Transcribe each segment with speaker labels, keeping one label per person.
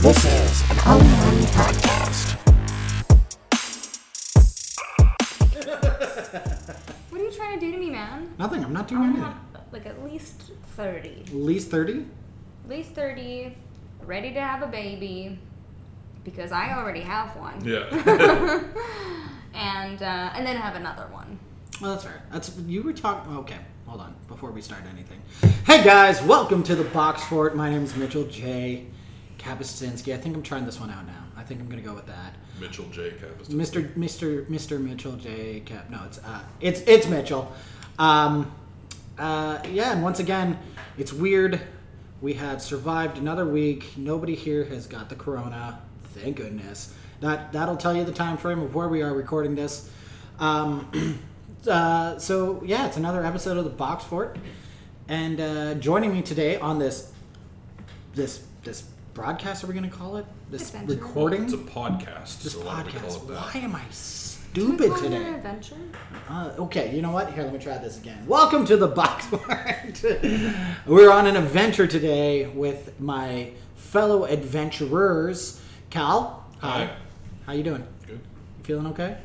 Speaker 1: This is an Only One podcast.
Speaker 2: What are you trying to do to me, man?
Speaker 3: Nothing. I'm not
Speaker 2: I
Speaker 3: doing
Speaker 2: want to
Speaker 3: anything.
Speaker 2: have like at least 30.
Speaker 3: At least 30?
Speaker 2: At least 30, ready to have a baby because I already have one.
Speaker 4: Yeah.
Speaker 2: and uh, and then have another one.
Speaker 3: Well, that's fair. That's you were talking. Okay, hold on. Before we start anything, hey guys, welcome to the Box Fort. My name is Mitchell J. Kapuscinski. I think I'm trying this one out now. I think I'm gonna go with that.
Speaker 4: Mitchell J. Kappas.
Speaker 3: Mr. Mr. Mr. Mitchell J. Cap. No, it's uh, it's it's Mitchell. Um, uh, yeah, and once again, it's weird. We have survived another week. Nobody here has got the corona. Thank goodness. That that'll tell you the time frame of where we are recording this. Um, uh, so yeah, it's another episode of the Box Fort, and uh, joining me today on this this this broadcast. Are we going to call it this
Speaker 2: Adventure.
Speaker 3: recording?
Speaker 4: It's a podcast.
Speaker 3: This
Speaker 4: so why do we call
Speaker 3: podcast.
Speaker 4: it that?
Speaker 3: Why am I
Speaker 2: Can we
Speaker 3: stupid
Speaker 2: call it an
Speaker 3: today?
Speaker 2: adventure?
Speaker 3: Uh, okay, you know what? Here, let me try this again. Welcome to the box Mart. We're on an adventure today with my fellow adventurers. Cal,
Speaker 4: Hi.
Speaker 3: How you doing?
Speaker 4: Good.
Speaker 3: You feeling okay?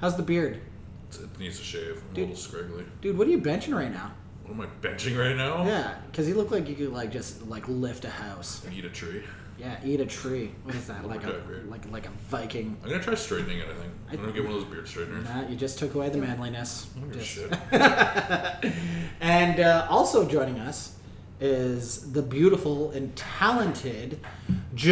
Speaker 3: How's the beard,
Speaker 4: It's- It needs a shave. I'm a little squiggly.
Speaker 3: dude? What are you benching right now?
Speaker 4: What am I benching right now?
Speaker 3: Yeah, because you look like you could like just like lift a house.
Speaker 4: I need a tree.
Speaker 3: Yeah, eat a tree. What is that? Like a
Speaker 4: Lumberjack, right?
Speaker 3: like like a Viking.
Speaker 4: I'm gonna try straightening it. I think
Speaker 3: I-
Speaker 4: I'm gonna get one of those beard straighteners.
Speaker 3: Nah, you just took away the manliness.
Speaker 4: I don't give a
Speaker 3: Just-
Speaker 4: shit.
Speaker 3: And uh, also joining us is the beautiful and talented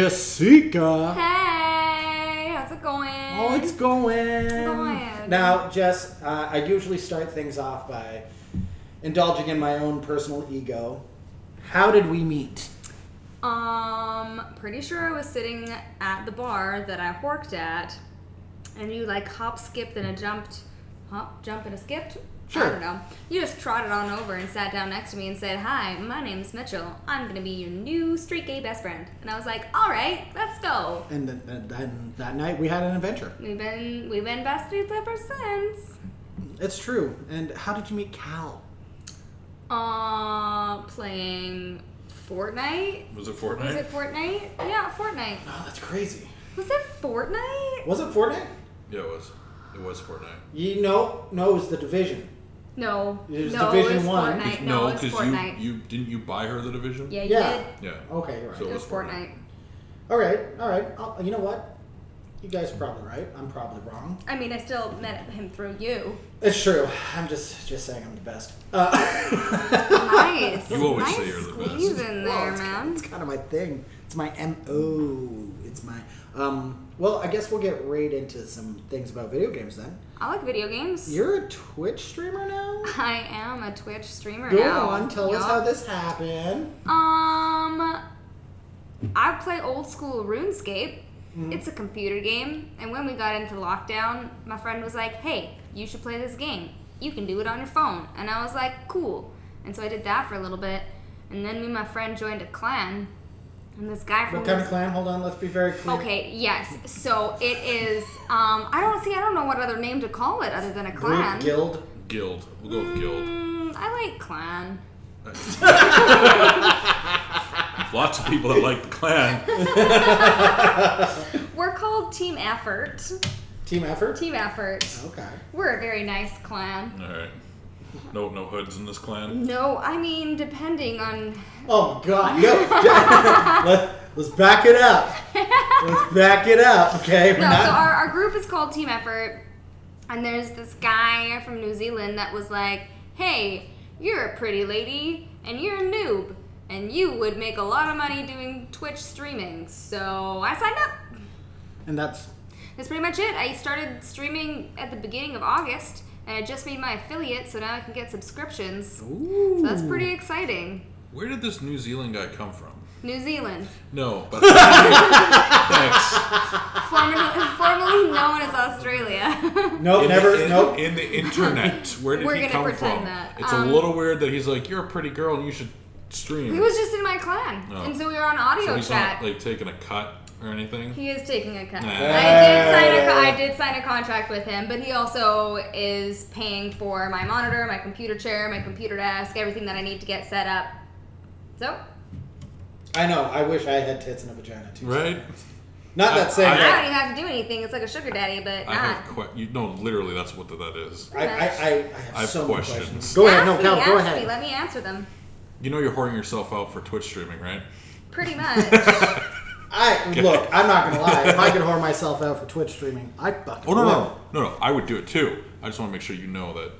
Speaker 3: Jessica.
Speaker 2: Hey, how's it going?
Speaker 3: Oh, it's going.
Speaker 2: Going.
Speaker 3: Now, Jess, uh, I usually start things off by indulging in my own personal ego. How did we meet?
Speaker 2: Um, pretty sure I was sitting at the bar that I worked at, and you like hop, skipped, and a jumped, hop, jump, and a skipped. I
Speaker 3: Sure.
Speaker 2: don't know. You just trotted on over and sat down next to me and said, "Hi, my name's Mitchell. I'm gonna be your new street gay best friend." And I was like, "All right, let's go."
Speaker 3: And then, then- then that night we had an adventure.
Speaker 2: We've been we've been besties ever since.
Speaker 3: It's true. And how did you meet Cal?
Speaker 2: Uh, playing Fortnite.
Speaker 4: Was it Fortnite?
Speaker 2: Was it Fortnite? Yeah, Fortnite.
Speaker 3: Oh, that's crazy.
Speaker 2: Was it Fortnite?
Speaker 3: Was it Fortnite?
Speaker 4: yeah, it was. It was Fortnite.
Speaker 3: You know, no, it was the division.
Speaker 2: No.
Speaker 3: It was
Speaker 2: no,
Speaker 3: Division
Speaker 2: it was
Speaker 3: One.
Speaker 2: Fortnite. No, it was Fortnite.
Speaker 4: you you didn't you buy her the division?
Speaker 2: yeah, you
Speaker 3: Yeah.
Speaker 2: did.
Speaker 4: Yeah.
Speaker 3: Okay, you're right.
Speaker 4: So
Speaker 2: It was Fortnite.
Speaker 3: All right, all right. I'll, you know what? You guys are probably right. I'm probably wrong.
Speaker 2: I mean, I still met him through you.
Speaker 3: It's true. I'm just just saying I'm the best. Uh,
Speaker 2: Nice.
Speaker 4: You always
Speaker 2: nice
Speaker 4: say you're the best.
Speaker 2: squeeze in
Speaker 3: well,
Speaker 2: there,
Speaker 3: it's,
Speaker 2: man.
Speaker 3: It's kind of my thing. It's my mo. It's my um. Well, I guess we'll get right into some things about video games then.
Speaker 2: I like video games.
Speaker 3: You're a Twitch streamer now.
Speaker 2: I am a Twitch streamer
Speaker 3: Go
Speaker 2: now.
Speaker 3: on, tell us
Speaker 2: Yup.
Speaker 3: how this happened.
Speaker 2: Um, I play old school RuneScape.
Speaker 3: Mm-hmm.
Speaker 2: It's a computer game, and when we got into lockdown, my friend was like, "Hey, you should play this game. You can do it on your phone." And I was like, "Cool." And so I did that for a little bit, and then me and my friend joined a clan, and this guy from
Speaker 3: What kind of clan? Hold on. Let's be very clear.
Speaker 2: Okay, yes. So it is. Um, I don't see. I don't know what other name to call it other than a
Speaker 3: Group,
Speaker 2: clan.
Speaker 3: guild.
Speaker 4: Guild. We'll go with Guild.
Speaker 2: Mm, I like clan.
Speaker 4: Lots of people that like the clan.
Speaker 2: We're called Team Effort.
Speaker 3: Team effort.
Speaker 2: Team Effort.
Speaker 3: Okay.
Speaker 2: We're a very nice clan.
Speaker 4: All right. No, no hoods in this clan.
Speaker 2: No, I mean depending on
Speaker 3: Oh God. Yo, let, let's back it up. Let's back it up. Okay. We're
Speaker 2: no.
Speaker 3: not-
Speaker 2: So our, our group is called Team Effort, and there's this guy from New Zealand that was like, "Hey, you're a pretty lady, and you're a noob, and you would make a lot of money doing Twitch streaming." So I signed up.
Speaker 3: And that's
Speaker 2: That's pretty much it. I started streaming at the beginning of August, and I just made my affiliate, so now I can get subscriptions. So that's pretty exciting.
Speaker 4: Where did this New Zealand guy come from?
Speaker 2: New Zealand,
Speaker 4: No, but thanks.
Speaker 2: formerly, formerly known as Australia.
Speaker 3: nope,
Speaker 4: In
Speaker 3: never
Speaker 4: the, in,
Speaker 3: nope.
Speaker 4: in the internet, where did
Speaker 2: We're
Speaker 4: he
Speaker 2: gonna
Speaker 4: come
Speaker 2: pretend
Speaker 4: from?
Speaker 2: that.
Speaker 4: It's
Speaker 2: Um,
Speaker 4: a little weird that he's like, "You're a pretty girl, and you should stream."
Speaker 2: he was just in my clan,
Speaker 4: Oh.
Speaker 2: and so we were on audio
Speaker 4: so he's
Speaker 2: chat.
Speaker 4: not like taking a cut or anything.
Speaker 2: he is taking a cut.
Speaker 4: Nah.
Speaker 2: I did sign a co- I did sign a contract with him, but he also is paying for my monitor, my computer chair, my computer desk, everything that I need to get set up. So
Speaker 3: I I know. I wish I had tits and a vagina too.
Speaker 4: Right?
Speaker 3: Not that saying.
Speaker 4: I-
Speaker 2: I don't
Speaker 3: that-
Speaker 2: even have to do anything. It's like a sugar daddy, but
Speaker 4: I
Speaker 2: not.
Speaker 4: have que- you no, literally that's what that is.
Speaker 3: I, I, I, I
Speaker 4: I
Speaker 3: have
Speaker 4: have
Speaker 3: so many
Speaker 4: questions.
Speaker 3: questions. Go ahead. No,
Speaker 2: ask
Speaker 3: Cal.
Speaker 2: me,
Speaker 3: Go
Speaker 2: ask Me.
Speaker 3: ahead.
Speaker 2: Let me answer them.
Speaker 4: You know you're hoarding yourself out for Twitch streaming, right?
Speaker 2: Pretty much.
Speaker 3: I look. I'm not gonna lie. If I could whore myself out for Twitch streaming, I fucking
Speaker 4: Oh no,
Speaker 3: would.
Speaker 4: no, no, no! I would do it too. I just want to make sure you know that.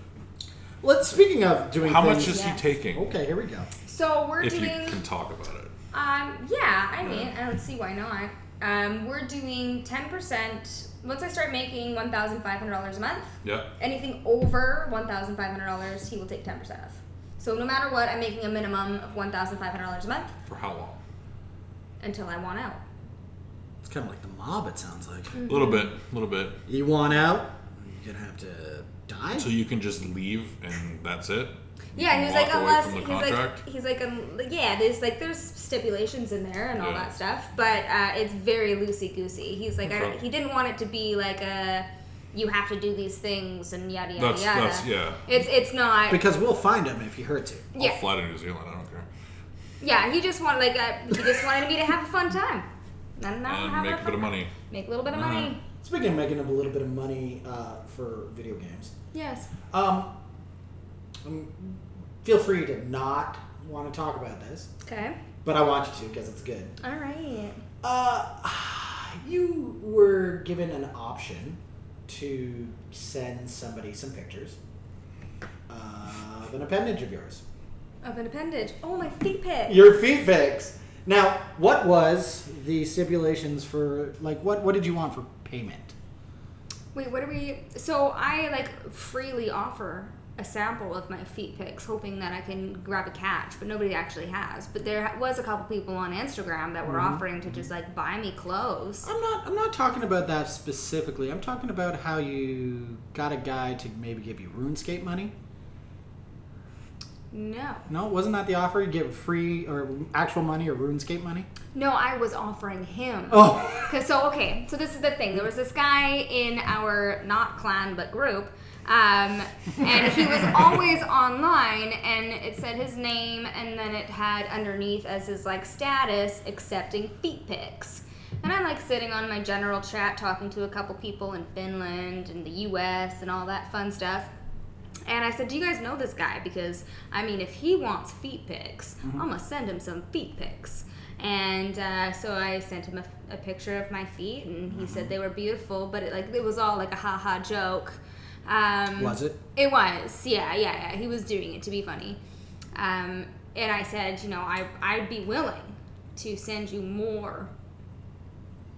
Speaker 3: Let's. Speaking of doing
Speaker 4: How
Speaker 3: things,
Speaker 4: much is
Speaker 2: Yes.
Speaker 4: he taking?
Speaker 3: Okay, here we go.
Speaker 2: so we're
Speaker 4: If you
Speaker 2: doing.
Speaker 4: can talk about it.
Speaker 2: Um, yeah, I mean, I don't see why not. Um, we're doing 10%. Once I start making $1,500 a month,
Speaker 4: Yeah.
Speaker 2: anything over $1,500, he will take 10% of. So no matter what, I'm making a minimum of $1,500 a month
Speaker 4: For how long?
Speaker 2: until I want out.
Speaker 3: It's kind of like the mob. It sounds like
Speaker 4: A little bit, a little bit.
Speaker 3: you want out. You're gonna have to die.
Speaker 4: So you can just leave and that's it. You
Speaker 2: Yeah,
Speaker 4: can
Speaker 2: he was like,
Speaker 4: walk away
Speaker 2: unless
Speaker 4: from the
Speaker 2: he's
Speaker 4: contract.
Speaker 2: like, he's like, um, yeah, there's like there's stipulations in there and all
Speaker 4: Yeah.
Speaker 2: that stuff, but uh, it's very loosey goosey. He's like, I,
Speaker 4: Okay.
Speaker 2: he didn't want it to be like a, you have to do these things and yada yada
Speaker 4: That's-
Speaker 2: yada.
Speaker 4: that's- yeah.
Speaker 2: It's it's not.
Speaker 3: because we'll find him if he hurts you.
Speaker 4: I'll
Speaker 2: yeah,
Speaker 4: fly to New Zealand. I don't care.
Speaker 2: yeah. He just wanted like uh he just wanted me to have a fun time. And, I'll
Speaker 4: And
Speaker 2: have
Speaker 4: make a
Speaker 2: fun
Speaker 4: bit of
Speaker 2: time.
Speaker 4: money.
Speaker 2: Make a little bit of
Speaker 4: Uh-huh.
Speaker 2: money.
Speaker 3: Speaking of making up a little bit of money uh, for video games,
Speaker 2: Yes.
Speaker 3: um, um, feel free to not want to talk about this,
Speaker 2: Okay.
Speaker 3: but I want you to because it's good.
Speaker 2: All right.
Speaker 3: Uh, you were given an option to send somebody some pictures of an appendage of yours.
Speaker 2: Of an appendage. Oh, my feet pic.
Speaker 3: Your feet pics. Now, what was the stipulations for like what what did you want for payment?
Speaker 2: Wait, what are we? So I like freely offer a sample of my feet pics, hoping that I can grab a catch, but nobody actually has. But there ha- was a couple people on Instagram that were offering to just like buy me clothes.
Speaker 3: I'm not I'm not talking about that specifically. I'm talking about how you got a guy to maybe give you RuneScape money.
Speaker 2: No,
Speaker 3: No, wasn't that the offer? You get free or actual money or RuneScape money?
Speaker 2: no, I was offering him.
Speaker 3: Oh,
Speaker 2: Cause so okay, so this is the thing. There was this guy in our not clan but group, um, and he was always online, and it said his name, and then it had underneath as his like status accepting feet pics. And I'm like sitting on my general chat talking to a couple people in Finland and the U.S. and all that fun stuff. And I said, "Do you guys know this guy? Because I mean, if he wants feet pics,
Speaker 3: Mm-hmm.
Speaker 2: I'm gonna send him some feet pics." And uh, so I sent him a, a picture of my feet, and he
Speaker 3: Mm-hmm.
Speaker 2: said they were beautiful, but it, like it was all like a ha ha joke. Um,
Speaker 3: was it?
Speaker 2: it was, yeah, yeah, yeah. He was doing it to be funny. Um, and I said, you know, I, I'd be willing to send you more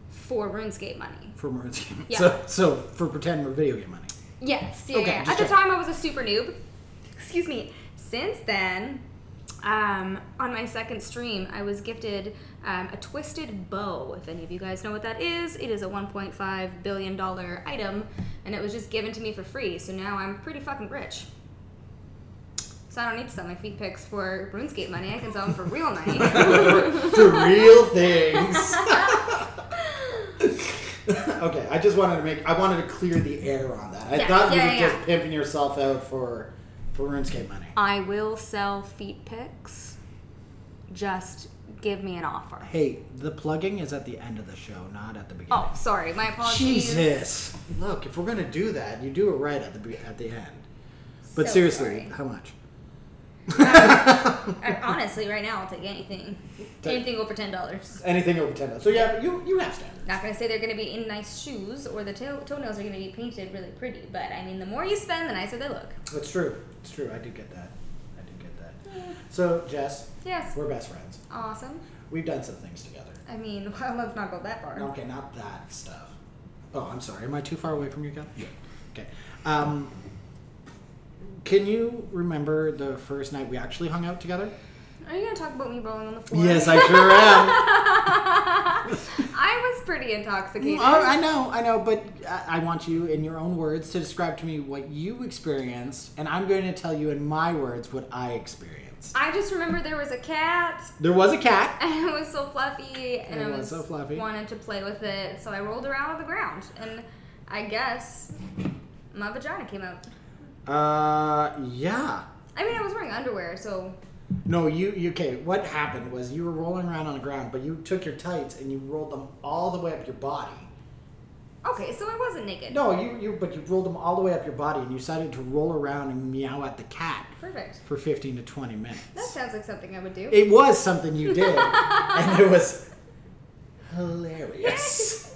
Speaker 2: for RuneScape money.
Speaker 3: For RuneScape.
Speaker 2: Yeah.
Speaker 3: So so for pretend we're video game money.
Speaker 2: Yes, yeah,
Speaker 3: Okay,
Speaker 2: yeah.
Speaker 3: just
Speaker 2: At the
Speaker 3: checking.
Speaker 2: time, I was a super noob. Excuse me. Since then, um, on my second stream, I was gifted um, a twisted bow. If any of you guys know what that is, it is a 1.5 billion dollar item, and it was just given to me for free. So now I'm pretty fucking rich. So I don't need to sell my feet pics for RuneScape money. I can sell them for real money.
Speaker 3: for real things. okay, I just wanted to make I wanted to clear the air on that. I
Speaker 2: Yeah,
Speaker 3: thought you
Speaker 2: yeah,
Speaker 3: were
Speaker 2: yeah.
Speaker 3: just pimping yourself out for for RuneScape money.
Speaker 2: I will sell feet pics. Just give me an offer.
Speaker 3: Hey, the plugging is at the end of the show, not at the beginning.
Speaker 2: Oh, sorry. My apologies.
Speaker 3: Jesus! Look, if we're gonna do that, you do it right at the be- at the end. But
Speaker 2: So
Speaker 3: seriously,
Speaker 2: sorry.
Speaker 3: how much?
Speaker 2: I, honestly, right now, I'll take anything.
Speaker 3: Take-
Speaker 2: Anything over ten dollars.
Speaker 3: Anything over ten dollars. So yeah, you you have standards.
Speaker 2: Not gonna say they're gonna be in nice shoes or the toe- toenails are gonna be painted really pretty, but I mean, the more you spend, the nicer they look.
Speaker 3: That's true. It's true. I do get that. I do get that. So Jess,
Speaker 2: Yes.
Speaker 3: we're best friends.
Speaker 2: Awesome.
Speaker 3: We've done some things together.
Speaker 2: I mean, well, let's not go that far.
Speaker 3: Okay, not that stuff. Oh, I'm sorry. Am I too far away from you, Cal?
Speaker 4: Yeah.
Speaker 3: Okay. Um, can you remember the first night we actually hung out together?
Speaker 2: Are you gonna talk about me rolling on the floor?
Speaker 3: Yes, I sure am.
Speaker 2: I was pretty intoxicated.
Speaker 3: Oh, I know, I know, but I I want you, in your own words, to describe to me what you experienced, and I'm going to tell you in my words what I experienced.
Speaker 2: I just remember there was a cat
Speaker 3: There was a cat.
Speaker 2: and it was so fluffy and
Speaker 3: It
Speaker 2: I
Speaker 3: was
Speaker 2: was
Speaker 3: so fluffy.
Speaker 2: wanted to play with it, so I rolled around on the ground and I guess my vagina came out.
Speaker 3: Uh, yeah.
Speaker 2: I mean, I was wearing underwear, so
Speaker 3: No, you, you. Okay, what happened was you were rolling around on the ground, but you took your tights and you rolled them all the way up your body.
Speaker 2: Okay, so I wasn't naked.
Speaker 3: No, you, you. But you rolled them all the way up your body, and you decided to roll around and meow at the cat
Speaker 2: Perfect.
Speaker 3: for fifteen to twenty minutes.
Speaker 2: That sounds like something I would do.
Speaker 3: It was something you did, and it was hilarious.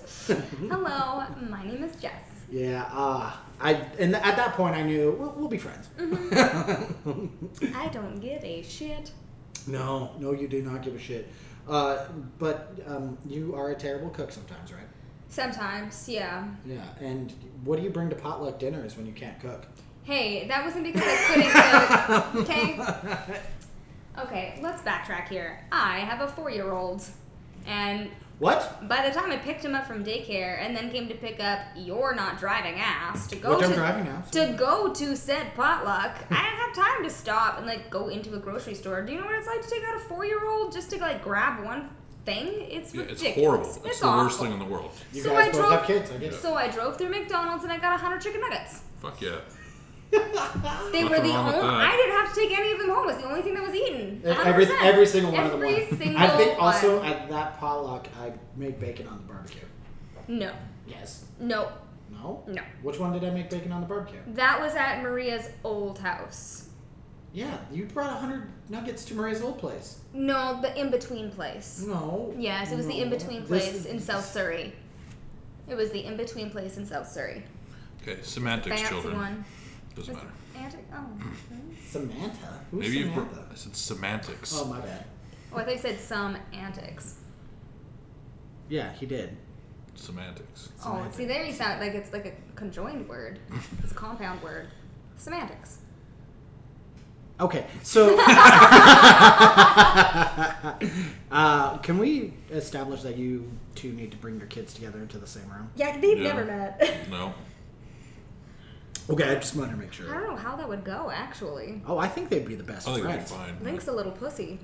Speaker 2: Hello, my name is Jess.
Speaker 3: yeah, uh, I and at that point I knew we'll, we'll be friends.
Speaker 2: Mm-hmm. I don't give a shit.
Speaker 3: no, no, you do not give a shit. Uh, but um, you are a terrible cook sometimes, right?
Speaker 2: Sometimes, yeah.
Speaker 3: Yeah, and what do you bring to potluck dinners when you can't cook?
Speaker 2: Hey, that wasn't because I couldn't cook. Okay. Okay, let's backtrack here. I have a four-year-old, and
Speaker 3: What?
Speaker 2: by the time I picked him up from daycare and then came to pick up your not driving ass to go
Speaker 3: Which
Speaker 2: to
Speaker 3: I'm driving now, so-
Speaker 2: to go to said potluck, I didn't have time to stop and like go into a grocery store. Do you know what it's like to take out a four-year-old just to like grab one thing? It's
Speaker 4: Yeah, it's
Speaker 2: ridiculous.
Speaker 4: horrible. It's, the worst
Speaker 2: awful.
Speaker 4: thing in the world.
Speaker 3: You
Speaker 2: So
Speaker 3: guys
Speaker 2: I
Speaker 3: both
Speaker 2: drove-
Speaker 3: have kids, I get it.
Speaker 2: So I drove through McDonald's and I got 100 chicken nuggets.
Speaker 4: Fuck yeah.
Speaker 2: They
Speaker 4: Nothing
Speaker 2: were the
Speaker 4: wrong
Speaker 2: only.
Speaker 4: with that.
Speaker 2: I didn't have to take any of them home. It was the only thing that was eaten.
Speaker 3: E-, Every,
Speaker 2: 100%.
Speaker 3: every single one
Speaker 2: Every
Speaker 3: of them.
Speaker 2: Single
Speaker 3: I think also
Speaker 2: one.
Speaker 3: at that potluck I made bacon on the barbecue.
Speaker 2: No,
Speaker 3: Yes.
Speaker 2: no,
Speaker 3: No.
Speaker 2: no.
Speaker 3: Which one did I make bacon on the barbecue?
Speaker 2: That was at Maria's old house.
Speaker 3: Yeah, you brought 100 nuggets to Maria's old place.
Speaker 2: No, the in between place.
Speaker 3: No.
Speaker 2: Yes, it was the
Speaker 3: No.
Speaker 2: in between
Speaker 3: Mm. This
Speaker 2: place
Speaker 3: is-
Speaker 2: in South Surrey. It was the in between place in South Surrey.
Speaker 4: Okay, semantics,
Speaker 2: Fancy
Speaker 4: children.
Speaker 2: one.
Speaker 4: Doesn't
Speaker 2: Was
Speaker 4: matter. Mm.
Speaker 2: it anti- oh. okay.
Speaker 3: Samantha? Who's
Speaker 4: Maybe you've.
Speaker 3: Samantha?
Speaker 4: br- I said semantics.
Speaker 3: Oh, my bad.
Speaker 2: oh, I thought you said some antics.
Speaker 3: Yeah, he did.
Speaker 4: semantics.
Speaker 2: Oh, see, there you sound like it's like a conjoined word. It's a compound word. Semantics.
Speaker 3: Okay, so. uh, can we establish that you two need to bring your kids together into the same room?
Speaker 2: Yeah, they've
Speaker 4: Yeah.
Speaker 2: never met.
Speaker 4: No.
Speaker 3: Okay, I just wanted to make
Speaker 2: I don't
Speaker 3: sure.
Speaker 2: know how that would go, actually.
Speaker 3: Oh, I think they'd be the best
Speaker 4: I think it'd be
Speaker 3: friends.
Speaker 4: fine.
Speaker 2: Link's a little pussy.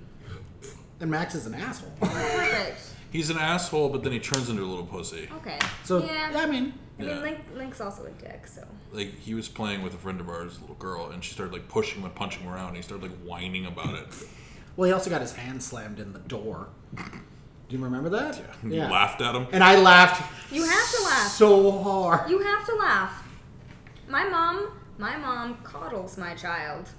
Speaker 3: And Max is an asshole.
Speaker 2: Perfect.
Speaker 4: He's an asshole, but then he turns into a little pussy.
Speaker 2: Okay.
Speaker 3: So,
Speaker 2: yeah.
Speaker 3: I mean,
Speaker 2: I
Speaker 4: Yeah.
Speaker 2: mean, Link, Link's also a dick, so.
Speaker 4: Like he was playing with a friend of ours, a little girl, and she started like pushing him and punching him around. And he started like whining about it.
Speaker 3: well, he also got his hand slammed in the door. Do you remember that?
Speaker 4: And You laughed at him.
Speaker 3: And I laughed
Speaker 2: You have to laugh.
Speaker 3: so hard.
Speaker 2: You have to laugh. My mom, my mom coddles my child,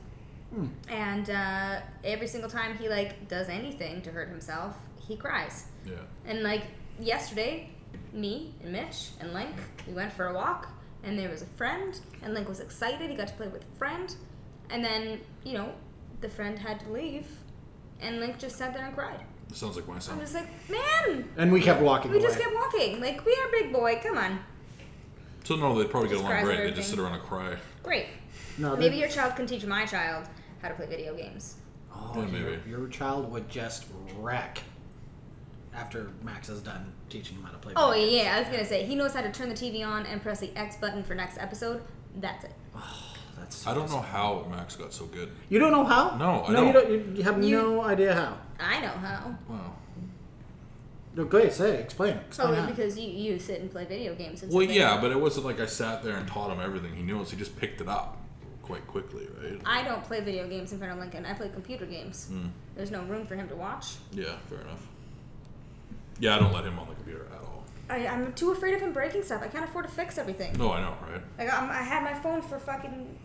Speaker 2: and uh, every single time he like does anything to hurt himself, he cries.
Speaker 4: Yeah.
Speaker 2: And like yesterday, me and Mitch and Link, we went for a walk, and there was a friend, and Link was excited. He got to play with a friend, and then you know, the friend had to leave, and Link just sat there and cried.
Speaker 4: It sounds like my
Speaker 2: I'm
Speaker 4: son.
Speaker 2: just like, man,
Speaker 3: And we kept walking
Speaker 2: we
Speaker 3: away.
Speaker 2: just kept walking. Like we are big boy. Come on,
Speaker 4: So no, they probably get
Speaker 2: Just
Speaker 4: along
Speaker 2: cries
Speaker 4: great.
Speaker 2: over
Speaker 4: They just sit around and cry.
Speaker 2: great.
Speaker 3: no,
Speaker 2: Maybe
Speaker 3: they-
Speaker 2: your child can teach my child how to play video games.
Speaker 3: Oh,
Speaker 4: Yeah, maybe.
Speaker 3: Your, your child would just wreck after Max is done teaching him how to play.
Speaker 2: Oh
Speaker 3: video.
Speaker 2: yeah, I was gonna say he knows how to turn the TV on and press the X button for next episode. That's it.
Speaker 3: That's so
Speaker 4: I don't
Speaker 3: awesome.
Speaker 4: know how Max got so good.
Speaker 3: You don't know how?
Speaker 4: No, I
Speaker 3: no, you
Speaker 4: don't.
Speaker 3: don't. You have
Speaker 2: You-
Speaker 3: no idea how.
Speaker 2: I know how.
Speaker 4: Wow.
Speaker 3: Okay, say, explain. explain
Speaker 2: Probably
Speaker 3: how.
Speaker 2: Oh, because you, you sit and play video games. And
Speaker 4: Well,
Speaker 2: stuff.
Speaker 4: yeah, but it wasn't like I sat there and taught him everything he knew. So he just picked it up quite quickly, right?
Speaker 2: I don't play video games in front of Lincoln. I play computer games.
Speaker 4: Hmm.
Speaker 2: There's no room for him to watch.
Speaker 4: Yeah, fair enough. Yeah, I don't let him on the computer at all.
Speaker 2: I, I'm too afraid of him breaking stuff. I can't afford to fix everything.
Speaker 4: No, I know, right?
Speaker 2: Like I'm, I had my phone for fucking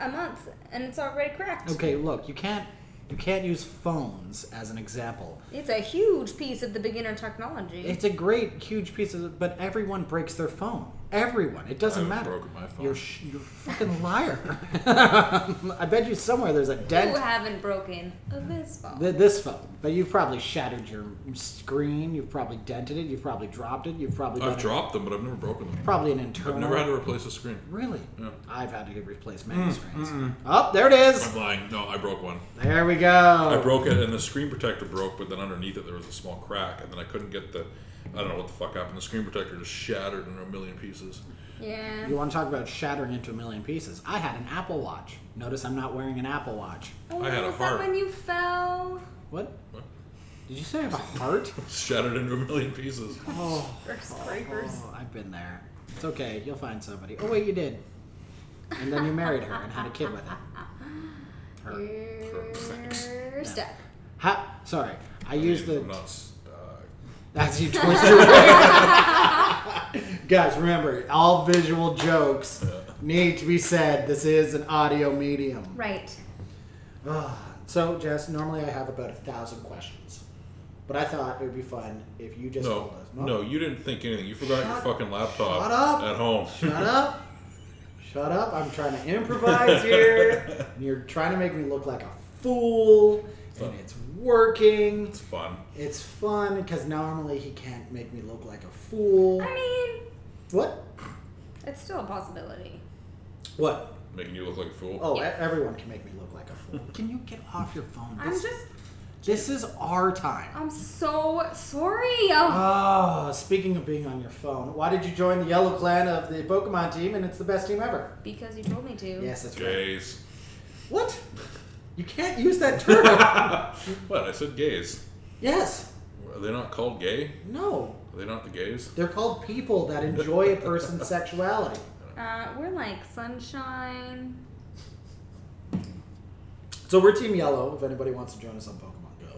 Speaker 2: a month and it's already cracked.
Speaker 3: Okay, look, you can't you can't use phones as an example.
Speaker 2: It's a huge piece of the beginner technology.
Speaker 3: It's a great, huge piece of, but everyone breaks their phone. Everyone. It doesn't
Speaker 4: I've
Speaker 3: matter.
Speaker 4: broken my phone.
Speaker 3: You're sh- you're a fucking liar. I bet you somewhere there's a dent.
Speaker 2: You haven't broken a baseball.
Speaker 3: Th- this phone. But you've probably shattered your screen. You've probably dented it. You've probably dropped it. You've probably done
Speaker 4: I've
Speaker 3: it-
Speaker 4: dropped them, but I've never broken them.
Speaker 3: probably an
Speaker 4: I've
Speaker 3: internal.
Speaker 4: never had to replace a screen.
Speaker 3: Really?
Speaker 4: Yeah. Mm,
Speaker 3: I've had to replace many screens. Oh, there it is.
Speaker 4: I'm lying. No, I broke one.
Speaker 3: There we go.
Speaker 4: I
Speaker 3: Oh.
Speaker 4: broke it, and the screen protector broke, but then underneath it there was a small crack, and then I couldn't get the. I don't know what the fuck happened. The screen protector just shattered into a million pieces.
Speaker 2: Yeah.
Speaker 3: You want to talk about shattering into a million pieces? I had an Apple Watch. Notice I'm not wearing an Apple Watch.
Speaker 2: Oh,
Speaker 4: I had a
Speaker 2: was
Speaker 4: heart.
Speaker 2: that when you fell?
Speaker 3: What?
Speaker 4: What?
Speaker 3: Did you say I have a heart?
Speaker 4: Shattered into a million pieces.
Speaker 3: oh,
Speaker 2: First breakers.
Speaker 3: oh, I've been there. It's okay. You'll find somebody. Oh wait, you did. And then you married her and had a kid with her. Her.
Speaker 4: Thanks.
Speaker 2: Years. stuck.
Speaker 3: Ha- sorry, I used
Speaker 4: I'm
Speaker 3: the.
Speaker 4: not stuck.
Speaker 3: That's you twist your Guys, remember, all visual jokes need to be said. This is an audio medium.
Speaker 2: Right.
Speaker 3: So, Jess, normally I have about a thousand questions, but I thought it would be fun if you just
Speaker 4: No,
Speaker 3: told us.
Speaker 4: no, you didn't think anything. You forgot
Speaker 3: Shut-
Speaker 4: your fucking laptop
Speaker 3: shut up.
Speaker 4: at home.
Speaker 3: Shut up. Shut up. I'm trying to improvise here. And you're trying to make me look like a fool. And it's working.
Speaker 4: It's fun.
Speaker 3: It's fun because normally he can't make me look like a fool.
Speaker 2: I mean,
Speaker 3: What?
Speaker 2: it's still a possibility.
Speaker 3: What?
Speaker 4: Making you look like a fool.
Speaker 3: Oh,
Speaker 2: Yeah.
Speaker 3: e- everyone can make me look like a fool. Can you get off your phone?
Speaker 2: I'm
Speaker 3: This,
Speaker 2: just,
Speaker 3: this is our time.
Speaker 2: I'm so sorry. Um,
Speaker 3: Oh, speaking of being on your phone, why did you join the yellow clan of the Pokemon team and it's the best team ever?
Speaker 2: because you told me to.
Speaker 3: Yes, that's right.
Speaker 4: Gays.
Speaker 3: What? You can't use that term.
Speaker 4: What? I said gays.
Speaker 3: yes.
Speaker 4: Are they not called gay?
Speaker 3: No.
Speaker 4: Are they not the gays?
Speaker 3: They're called people that enjoy a person's sexuality.
Speaker 2: Uh, we're like sunshine.
Speaker 3: So we're Team Yellow. If anybody wants to join us on Pokemon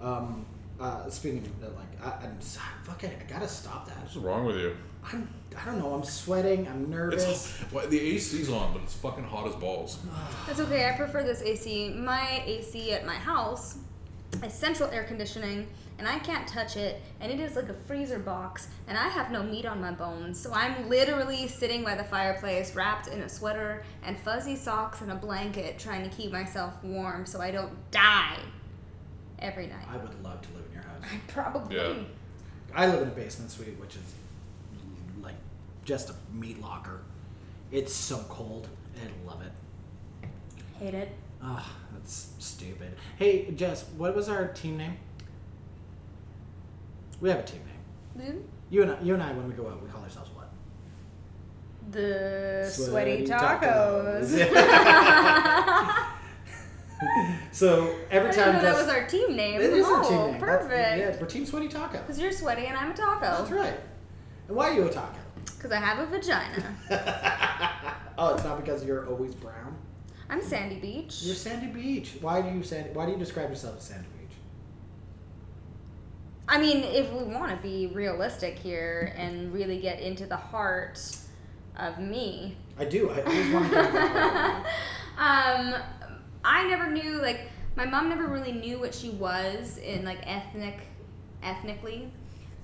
Speaker 3: Go. Um, uh, speaking of that, like, I, I'm s- fuck it. I gotta stop that.
Speaker 4: What's wrong with you?
Speaker 3: I'm. I don't know. I'm sweating. I'm nervous.
Speaker 4: It's why the AC's on, but it's fucking hot as balls.
Speaker 2: That's okay. I prefer this AC. My AC at my house is central air conditioning, and I can't touch it. And it is like a freezer box, and I have no meat on my bones. So I'm literally sitting by the fireplace, wrapped in a sweater and fuzzy socks and a blanket, trying to keep myself warm so I don't die every night.
Speaker 3: I would love to live in your house.
Speaker 2: I probably.
Speaker 4: Yeah.
Speaker 3: I live in a basement suite, which is like just a meat locker. It's so cold. I love it.
Speaker 2: Hate it.
Speaker 3: Ah, that's stupid. Hey, Jess, what was our team name? We have a team name.
Speaker 2: Dude,
Speaker 3: You and I, you and I when we go out, we call ourselves what?
Speaker 2: The
Speaker 3: Sweaty
Speaker 2: sweaty, tacos.
Speaker 3: tacos. So every
Speaker 2: I
Speaker 3: time
Speaker 2: didn't know that
Speaker 3: Jess-
Speaker 2: was our team name.
Speaker 3: It is
Speaker 2: oh,
Speaker 3: our team name. That's-
Speaker 2: Perfect.
Speaker 3: yeah, we're Team Sweaty Taco.
Speaker 2: Because you're sweaty and I'm a taco.
Speaker 3: That's right. And why are you a taco?
Speaker 2: Because I have a vagina.
Speaker 3: Oh, it's not because you're always brown.
Speaker 2: I'm Sandy Beach.
Speaker 3: You're Sandy Beach. Why do you Sandy? Why do you describe yourself as Sandy Beach?
Speaker 2: I mean, if we want to be realistic here and really get into the heart of me,
Speaker 3: I do. I always want to. Be
Speaker 2: um, I never knew like my mom never really knew what she was in like ethnic, ethnically.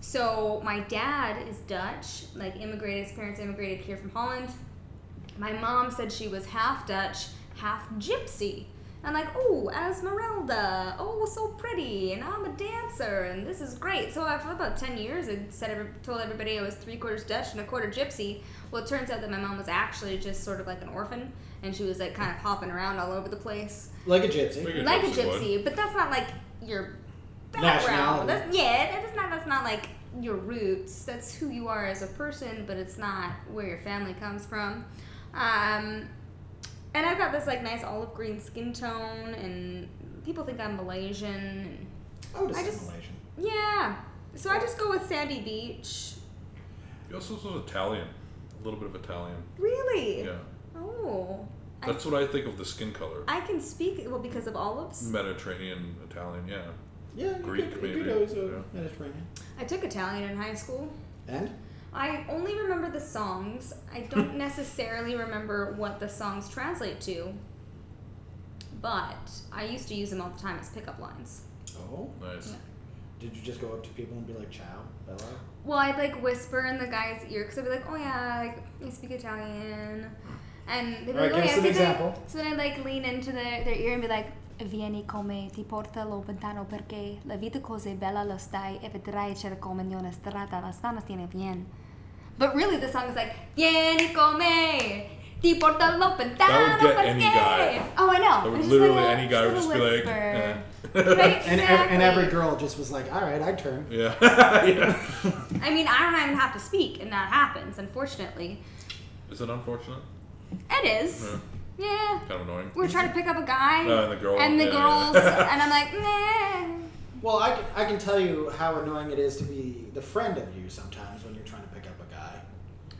Speaker 2: So my dad is Dutch, like immigrated. His parents immigrated here from Holland. My mom said she was half Dutch, half Gypsy. And like, oh, Esmeralda, oh, so pretty, and I'm a dancer, and this is great. So I- for about ten years, I said, every, told everybody I was three quarters Dutch and a quarter Gypsy. Well, it turns out that my mom was actually just sort of like an orphan, and she was like kind of hopping around all over the place,
Speaker 3: like a gypsy.
Speaker 2: like a
Speaker 4: would.
Speaker 2: gypsy. But that's not like your
Speaker 3: Nationality.
Speaker 2: background. That's, yeah, that's not that's not like your roots. That's who you are as a person, but it's not where your family comes from. Um, and I've got this like nice olive green skin tone, and people think I'm Malaysian. And
Speaker 3: I would
Speaker 2: I
Speaker 3: assume
Speaker 2: just-
Speaker 3: Malaysian.
Speaker 2: yeah, so I just go with Sandy Beach.
Speaker 4: You also was Italian. A little bit of Italian.
Speaker 2: Really?
Speaker 4: Yeah.
Speaker 2: Oh, I-
Speaker 4: That's what I think of the skin color.
Speaker 2: I can speak well because of olives.
Speaker 4: Mediterranean Italian, yeah.
Speaker 3: Yeah, you
Speaker 4: Greek,
Speaker 3: could, You
Speaker 4: maybe.
Speaker 3: could always uh,
Speaker 4: Yeah.
Speaker 3: Mediterranean.
Speaker 2: I took Italian in high school.
Speaker 3: And
Speaker 2: I only remember the songs. I don't necessarily remember what the songs translate to, but I used to use them all the time as pickup lines.
Speaker 3: oh,
Speaker 4: Nice.
Speaker 3: did you just go up to people and be like, "Ciao, Bella"?
Speaker 2: Well, I'd like whisper in the guy's ear because I'd be like, "Oh yeah, like I speak Italian," and they'd be
Speaker 3: All right,
Speaker 2: like, "Oh
Speaker 3: give us an
Speaker 2: yeah." so, then-
Speaker 3: example.
Speaker 2: so then I'd like lean into their, their ear and be like, "Vieni come ti porta lontano perché la vita così bella lo stai e vedrai c'era come in una strada la stana tiene bien." But really, the song is like, "Vieni come ti porta lontano
Speaker 4: That would get
Speaker 2: perché."
Speaker 4: any guy.
Speaker 2: Oh, I know.
Speaker 4: That
Speaker 2: It's
Speaker 4: would
Speaker 2: just
Speaker 4: literally
Speaker 2: like a-
Speaker 4: any guy would
Speaker 2: just
Speaker 4: just
Speaker 2: a
Speaker 4: be like, eh.
Speaker 2: whisper. Right,
Speaker 3: And, ev- and every
Speaker 2: exactly.
Speaker 3: girl just was like, "All right, I turn."
Speaker 4: yeah. yeah.
Speaker 2: I mean, I don't even have to speak, and that happens, unfortunately.
Speaker 4: Is it unfortunate?
Speaker 2: It is.
Speaker 3: Hmm.
Speaker 4: Yeah.
Speaker 2: Yeah.
Speaker 4: Kind of annoying.
Speaker 2: We're trying to pick up a guy.
Speaker 3: Uh,
Speaker 4: No, and the girl-
Speaker 2: And the
Speaker 4: yeah,
Speaker 2: girls.
Speaker 4: yeah.
Speaker 2: and I'm like, nah.
Speaker 3: Well, I can, I can tell you how annoying it is to be the friend of you sometimes when you're trying to pick up a guy.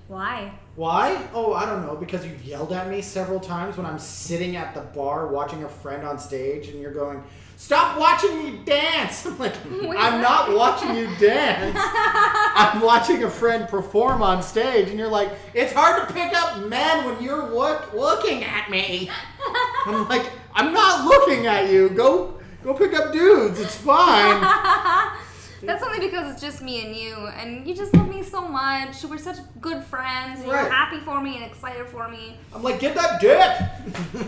Speaker 2: Why?
Speaker 3: Why? Oh, I don't know. Because you've yelled at me several times when I'm sitting at the bar watching a friend on stage and you're going, Stop watching me dance! I'm like,
Speaker 2: Wait,
Speaker 3: I'm
Speaker 2: what?
Speaker 3: not watching you dance. I'm watching a friend perform on stage and you're like, It's hard to pick up men when you're look- looking at me. I'm like, I'm not looking at you. Go. Go pick up dudes. It's fine.
Speaker 2: That's only because it's just me and you, and you just love me so much. We're such good friends, and
Speaker 3: Right.
Speaker 2: you're happy for me and excited for me.
Speaker 3: I'm like, get that dick.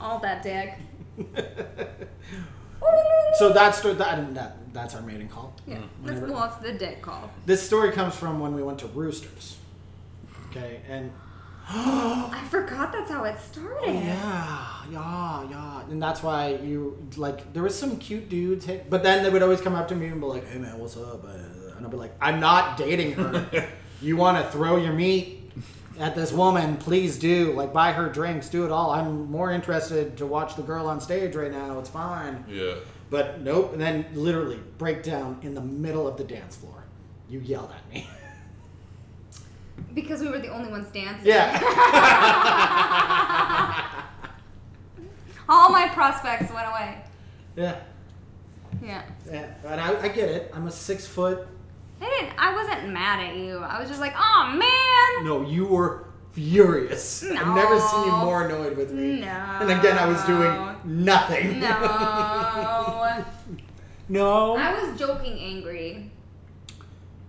Speaker 2: All that dick.
Speaker 3: so that's that, that. That's our mating call.
Speaker 2: Yeah, that's,
Speaker 3: Hmm. Whenever-
Speaker 2: well, it's the dick call.
Speaker 3: This story comes from when we went to Roosters. Okay, and Oh,
Speaker 2: I forgot that's how it started.
Speaker 3: yeah, yeah, yeah, and that's why you like there was some cute dudes, hey, but then they would always come up to me and be like, "Hey man, what's up?" Uh, And I'd be like, "I'm not dating her. you want to throw your meat at this woman? Please do. Like, buy her drinks, do it all. I'm more interested to watch the girl on stage right now. It's fine."
Speaker 4: Yeah.
Speaker 3: But nope, and then literally break down in the middle of the dance floor. You yelled at me.
Speaker 2: Because we were the only ones dancing.
Speaker 3: yeah.
Speaker 2: All my prospects went away.
Speaker 3: Yeah.
Speaker 2: Yeah.
Speaker 3: Yeah, and I, I get it. I'm a six foot.
Speaker 2: I didn't. I wasn't mad at you. I was just like, oh man.
Speaker 3: No, you were furious. I've never seen you
Speaker 2: No.
Speaker 3: more annoyed with me.
Speaker 2: No.
Speaker 3: And again, I was doing nothing.
Speaker 2: No.
Speaker 3: no.
Speaker 2: I was joking, angry.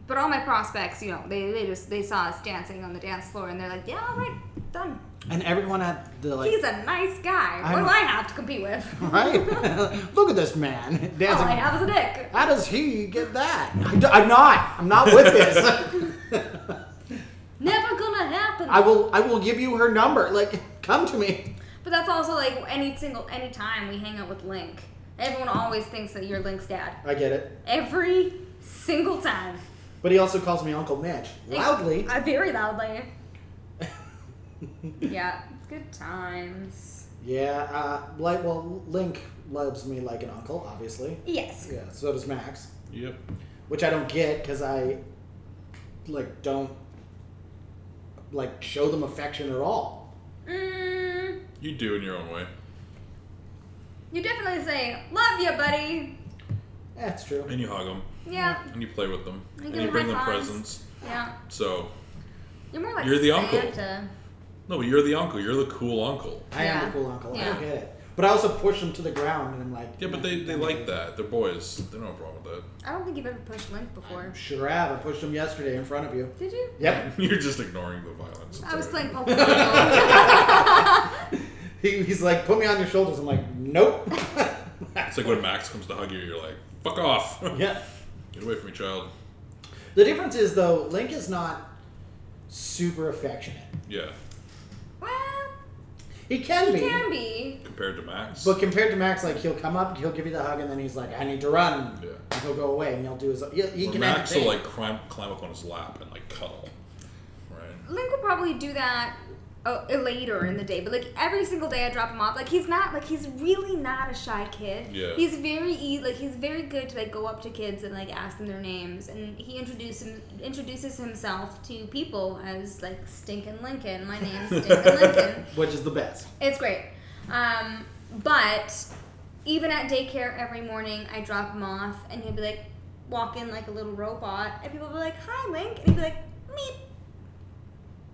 Speaker 2: But all my prospects, you know, they, they just they saw us dancing on the dance floor, and they're like, yeah, all right, done.
Speaker 3: And everyone at the like.
Speaker 2: He's a nice guy.
Speaker 3: I'm-
Speaker 2: What do I have to compete with?
Speaker 3: right? Look at this man dancing.
Speaker 2: All Oh, I have is a dick.
Speaker 3: How does he get that? I d- I'm not. I'm not with this.
Speaker 2: Never gonna happen.
Speaker 3: I will. I will give you her number. Like, come to me.
Speaker 2: But that's also like any single any time we hang out with Link, everyone always thinks that you're Link's dad.
Speaker 3: I get it.
Speaker 2: Every single time.
Speaker 3: But he also calls me Uncle Mitch loudly.
Speaker 2: I very loudly. yeah, good times.
Speaker 3: Yeah, uh, like well, Link loves me like an uncle, obviously.
Speaker 2: Yes.
Speaker 3: Yeah, so does Max,
Speaker 4: Yep.
Speaker 3: which I don't get because I like don't like show them affection at all.
Speaker 2: Mm,
Speaker 4: You do in your own way.
Speaker 2: you definitely say love you, buddy.
Speaker 3: That's true.
Speaker 4: And you hug them.
Speaker 2: Yeah,
Speaker 4: And you play with them.
Speaker 2: You
Speaker 4: and
Speaker 2: give
Speaker 4: you
Speaker 2: them
Speaker 4: bring
Speaker 2: high
Speaker 4: them
Speaker 2: fives.
Speaker 4: presents.
Speaker 2: yeah.
Speaker 4: So,
Speaker 2: You're more like
Speaker 4: You're the uncle.
Speaker 2: Santa.
Speaker 4: no, but you're the uncle. You're the cool uncle.
Speaker 3: I am
Speaker 2: Yeah.
Speaker 3: a cool uncle. I
Speaker 2: Yeah.
Speaker 3: don't get it, but I also push them to the ground, and I'm like,
Speaker 4: Yeah, but they, they like that. They're boys. They don't have a problem with
Speaker 2: I don't think you've ever pushed Link before.
Speaker 3: Sure have. I pushed them yesterday in front of you.
Speaker 2: Did you?
Speaker 3: Yep.
Speaker 4: that. You're just ignoring the violence. It's
Speaker 2: I was
Speaker 4: alright.
Speaker 2: playing Pokemon.
Speaker 3: He, he's like, put me on your shoulders. I'm like, nope.
Speaker 4: It's like when Max comes to hug you, you're like, fuck off.
Speaker 3: yeah.
Speaker 4: Get away from me, child.
Speaker 3: The difference is though, Link is not super affectionate.
Speaker 4: Yeah.
Speaker 2: well,
Speaker 3: He can be.
Speaker 2: can be.
Speaker 4: Compared to Max.
Speaker 3: But compared to Max, like he'll come up, he'll give you the hug, and then he's like, "I need to run."
Speaker 4: Yeah.
Speaker 3: And he'll go away, and he'll do his. He, he
Speaker 4: Where
Speaker 3: can
Speaker 4: Max will
Speaker 3: entertain.
Speaker 4: like climb, climb up on his lap and like cuddle. Right?
Speaker 2: Link will probably do that uh, later in the day, but like every single day I drop him off. Like he's not like he's really not a shy kid.
Speaker 4: Yeah.
Speaker 2: He's very e- like he's very good to like go up to kids and like ask them their names, and he introduces him, introduces himself to people as like Stinkin' Lincoln. My name's Stinkin' Lincoln.
Speaker 3: which is the best.
Speaker 2: It's great. Um, but even at daycare every morning, I drop him off, and he'll be like walking like a little robot, and people will be like, "Hi, Link," and he'll be like, "Meep."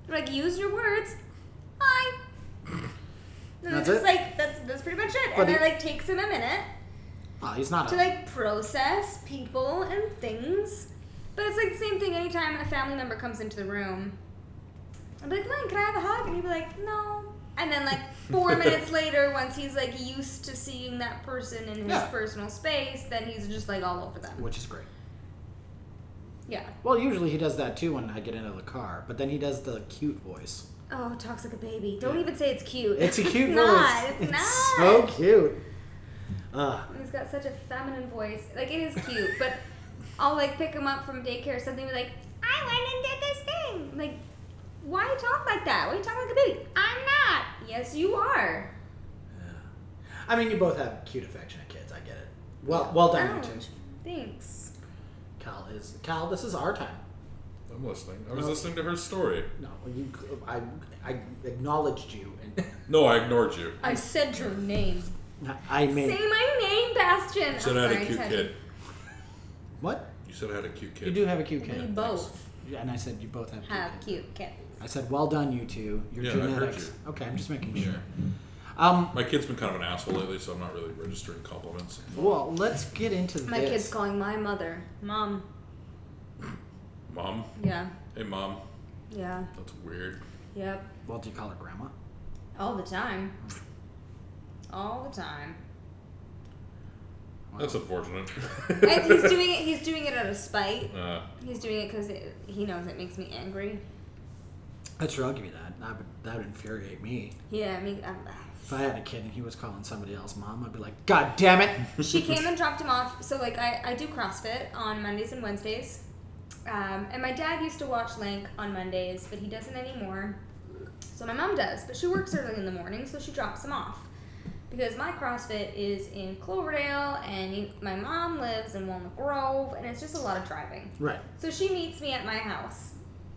Speaker 2: They're like, use your words. Hi. And
Speaker 3: That's
Speaker 2: it's just
Speaker 3: it?
Speaker 2: like that's that's pretty much it.
Speaker 3: But
Speaker 2: and then
Speaker 3: he-
Speaker 2: like takes him a minute
Speaker 3: Oh, he's not.
Speaker 2: to
Speaker 3: A,
Speaker 2: like process people and things. But it's like the same thing anytime a family member comes into the room. I'm like, Lynn, can I have a hug? And he'd be like, no. And then like four minutes later, once he's like used to seeing that person in his
Speaker 3: Yeah.
Speaker 2: personal space, then he's just like all over them.
Speaker 3: which is great.
Speaker 2: Yeah.
Speaker 3: Well, usually he does that too when I get into the car, but then he does the cute voice.
Speaker 2: Oh, talks like a baby. Don't even say it's cute.
Speaker 3: It's a cute voice.
Speaker 2: Not. It's, not.
Speaker 3: so cute. Uh,
Speaker 2: And He's got such a feminine voice. Like it is cute, but I'll like pick him up from daycare or something. and be like, I went and did this thing. Like, why you talk like that? Why you talk like a baby? I'm not. Yes, you are.
Speaker 3: I mean, you both have cute, affectionate kids. I get it. Well, well done, you
Speaker 2: Ouch.
Speaker 3: two.
Speaker 2: Oh, Thanks.
Speaker 3: Cal is Cal. This is our time.
Speaker 4: I'm listening. I was
Speaker 3: No.
Speaker 4: listening to her story.
Speaker 3: No, you, I, I acknowledged you, and
Speaker 4: No, I ignored you.
Speaker 2: I said your name.
Speaker 3: I made
Speaker 5: Say my name, Bastion.
Speaker 4: You
Speaker 5: I'm
Speaker 4: said I had
Speaker 5: sorry,
Speaker 4: a cute
Speaker 5: Ted.
Speaker 4: kid.
Speaker 3: what?
Speaker 4: You said I had a cute kid.
Speaker 3: You do have a cute kid,
Speaker 2: We both
Speaker 3: Yeah, and I said you both have. Cute
Speaker 2: have
Speaker 3: kids.
Speaker 2: cute cats.
Speaker 3: I said, well done, you two. Your
Speaker 4: Yeah, I heard
Speaker 3: genetics.
Speaker 4: you.
Speaker 3: Okay, I'm just making
Speaker 4: Yeah.
Speaker 3: sure. Um,
Speaker 4: My kid's been kind of an asshole lately, so I'm not really registering compliments.
Speaker 3: well, let's get into
Speaker 2: My
Speaker 3: this.
Speaker 2: kid's calling my mother mom.
Speaker 4: Mom,
Speaker 2: Yeah,
Speaker 4: hey mom,
Speaker 2: yeah,
Speaker 4: that's weird.
Speaker 2: yep.
Speaker 3: Well, do you call her grandma?
Speaker 2: All the time. All the time.
Speaker 4: That's unfortunate.
Speaker 2: And he's doing it. He's doing it out of spite.
Speaker 4: uh,
Speaker 2: He's doing it because he knows it makes me angry.
Speaker 3: That's true. I'll give you that. That would, that would infuriate me.
Speaker 2: Yeah, um, I mean, i
Speaker 3: If I had a kid and he was calling somebody else mom, I'd be like, God damn it!
Speaker 2: she came and dropped him off. So like I, I do CrossFit on Mondays and Wednesdays. Um, and my dad used to watch Lank on Mondays, but he doesn't anymore. So my mom does, but she works early in the morning, so she drops him off. Because my CrossFit is in Cloverdale, and you- my mom lives in Walnut Grove, and it's just a lot of driving.
Speaker 3: Right.
Speaker 2: So she meets me at my house,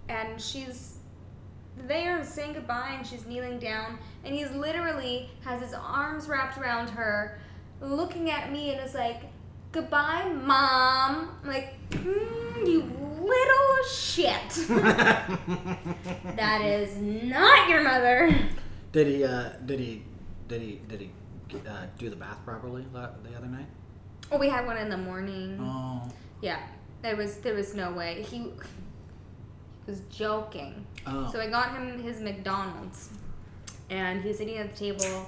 Speaker 2: and she's there saying goodbye, and she's kneeling down, and he's literally has his arms wrapped around her, looking at me, and is like, "Goodbye, mom." I'm like, mm, you little shit. that is not your mother.
Speaker 3: did he? Uh, did he? Did he? Did he uh, do the bath properly la- the other night?
Speaker 2: Oh, we had one in the morning.
Speaker 3: Oh.
Speaker 2: Yeah, there was there was no way he, he was joking.
Speaker 3: Oh.
Speaker 2: So I got him his McDonald's, and he's sitting at the table.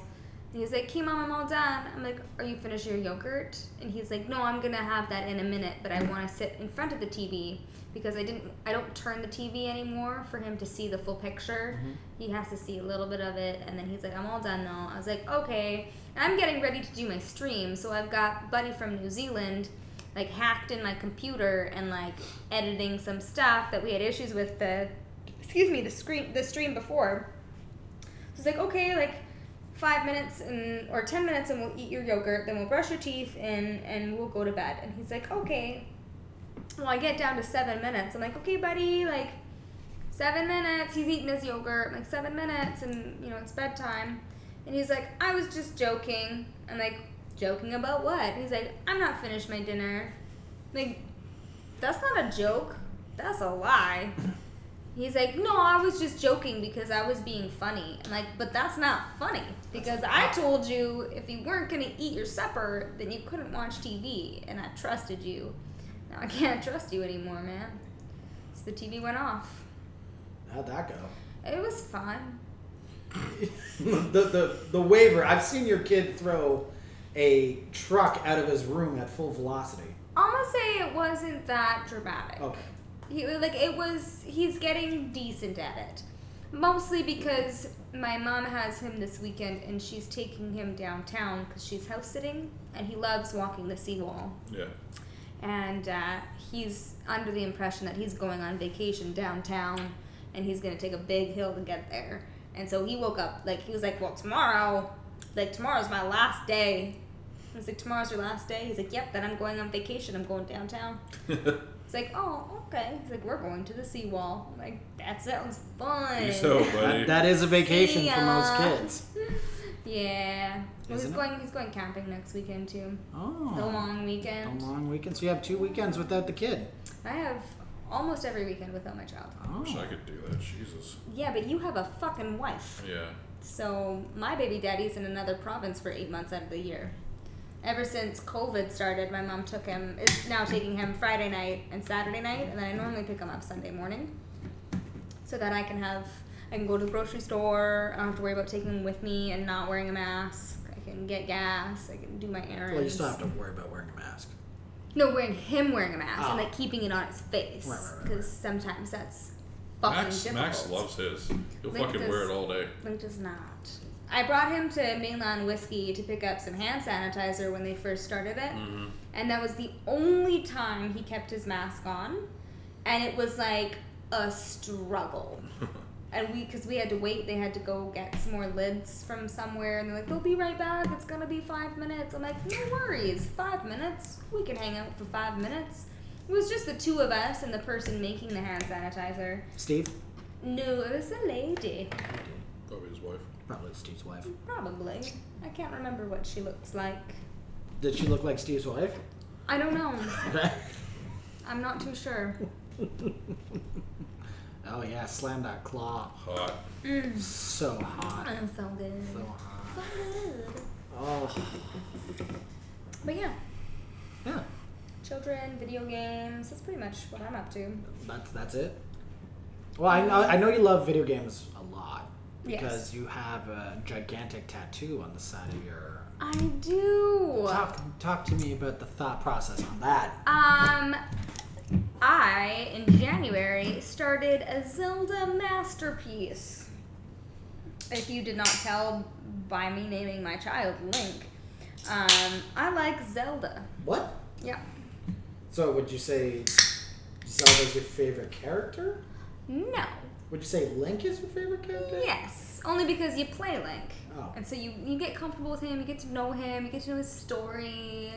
Speaker 2: And he's like, "Hey, mom, I'm all done." I'm like, "Are you finished your yogurt?" And he's like, "No, I'm gonna have that in a minute, but I want to sit in front of the TV because I didn't, I don't turn the TV anymore for him to see the full picture. He has to see a little bit of it, and then he's like, "I'm all done though." I was like, "Okay." And I'm getting ready to do my stream, so I've got Buddy from New Zealand like hacked in my computer and like editing some stuff that we had issues with the excuse me the screen the stream before so it's like okay like five minutes and or ten minutes and we'll eat your yogurt then we'll brush your teeth and and we'll go to bed and he's like okay well i get down to seven minutes i'm like okay buddy like seven minutes he's eating his yogurt I'm like seven minutes and you know it's bedtime and he's like i was just joking i'm like joking about what he's like i'm not finished my dinner I'm like that's not a joke that's a lie He's like, no, I was just joking because I was being funny. I'm like, but that's not funny because I told you if you weren't gonna eat your supper, then you couldn't watch TV, and I trusted you. Now I can't trust you anymore, man. So the TV went off.
Speaker 3: How'd that go?
Speaker 2: It was fun.
Speaker 3: the, the the waiver. I've seen your kid throw a truck out of his room at full velocity.
Speaker 2: I'm gonna say it wasn't that dramatic.
Speaker 3: Okay.
Speaker 2: He, like it was he's getting decent at it mostly because my mom has him this weekend and she's taking him downtown because she's house sitting and he loves walking the seawall
Speaker 4: yeah.
Speaker 2: and uh, he's under the impression that he's going on vacation downtown and he's gonna take a big hill to get there and so he woke up like he was like well tomorrow like tomorrow's my last day I was like tomorrow's your last day he's like yep then I'm going on vacation I'm going downtown it's like, oh, okay. He's like, we're going to the seawall. I'm like, that sounds fun.
Speaker 4: You so buddy.
Speaker 3: That, that is a vacation
Speaker 2: See uh,
Speaker 3: for most
Speaker 2: ya.
Speaker 3: kids.
Speaker 2: yeah. Well, he's
Speaker 3: Isn't it?
Speaker 2: going. He's going camping next weekend too.
Speaker 3: Oh.
Speaker 2: The long
Speaker 3: A
Speaker 2: weekend.
Speaker 3: long weekend. So you have two weekends without the kid.
Speaker 2: I have almost every weekend without my child.
Speaker 3: Oh.
Speaker 4: Wish I could do that. Jesus.
Speaker 2: Yeah, but you have a fucking wife.
Speaker 4: Yeah.
Speaker 2: So my baby daddy's in another province for eight months out of the year. Ever since COVID started, my mom took him. Is now taking him Friday night and Saturday night, and then I normally pick him up Sunday morning, so that I can have. I can go to the grocery store. I don't have to worry about taking him with me and not wearing a mask. I can get gas. I can do my errands.
Speaker 3: Well, you still have to worry about wearing a mask.
Speaker 2: No, wearing him wearing a mask and
Speaker 3: Oh.
Speaker 2: like keeping it on his face because
Speaker 3: Right, right, right,
Speaker 2: sometimes that's fucking
Speaker 4: Max
Speaker 2: difficult.
Speaker 4: Max loves his. He'll
Speaker 2: Link
Speaker 4: fucking wear
Speaker 2: does.
Speaker 4: it all day.
Speaker 2: Link does not. I brought him to Mainland Whiskey to pick up some hand sanitizer when they first started it.
Speaker 4: Mm. Mm-hmm.
Speaker 2: And that was the only time he kept his mask on. And it was like a struggle. and we, because we had to wait, they had to go get some more lids from somewhere. And they're like, they'll be right back. It's going to be five minutes. I'm like, no worries. Five minutes. We can hang out for five minutes. It was just the two of us and the person making the hand sanitizer.
Speaker 3: Steve?
Speaker 2: No, it was a lady.
Speaker 4: Probably his wife.
Speaker 3: Probably it's Steve's wife.
Speaker 2: Probably. I can't remember what she looks like.
Speaker 3: Did she look like Steve's wife?
Speaker 2: I don't know.
Speaker 3: Okay.
Speaker 2: I'm not too sure.
Speaker 3: oh yeah, slam that claw.
Speaker 4: Hot.
Speaker 3: So hot.
Speaker 2: Mm. I'm so good.
Speaker 3: So hot.
Speaker 2: So good.
Speaker 3: Oh
Speaker 2: But yeah,
Speaker 3: yeah.
Speaker 2: children, video games, that's pretty much what I'm up to.
Speaker 3: That's that's it. Well, I know, I know you love video games a lot
Speaker 2: Yes.
Speaker 3: because you have a gigantic tattoo on the side of your.
Speaker 2: I do.
Speaker 3: Talk talk to me about the thought process on that.
Speaker 2: Um, I in January started a Zelda masterpiece. If you did not tell by me naming my child Link, um, I like Zelda.
Speaker 3: What?
Speaker 2: Yeah.
Speaker 3: So would you say Zelda's your favorite character?
Speaker 2: No.
Speaker 3: Would you say Link is your favorite character?
Speaker 2: Yes. Only because you play Link,
Speaker 3: Oh.
Speaker 2: and so you you get comfortable with him. You get to know him. You get to know his story.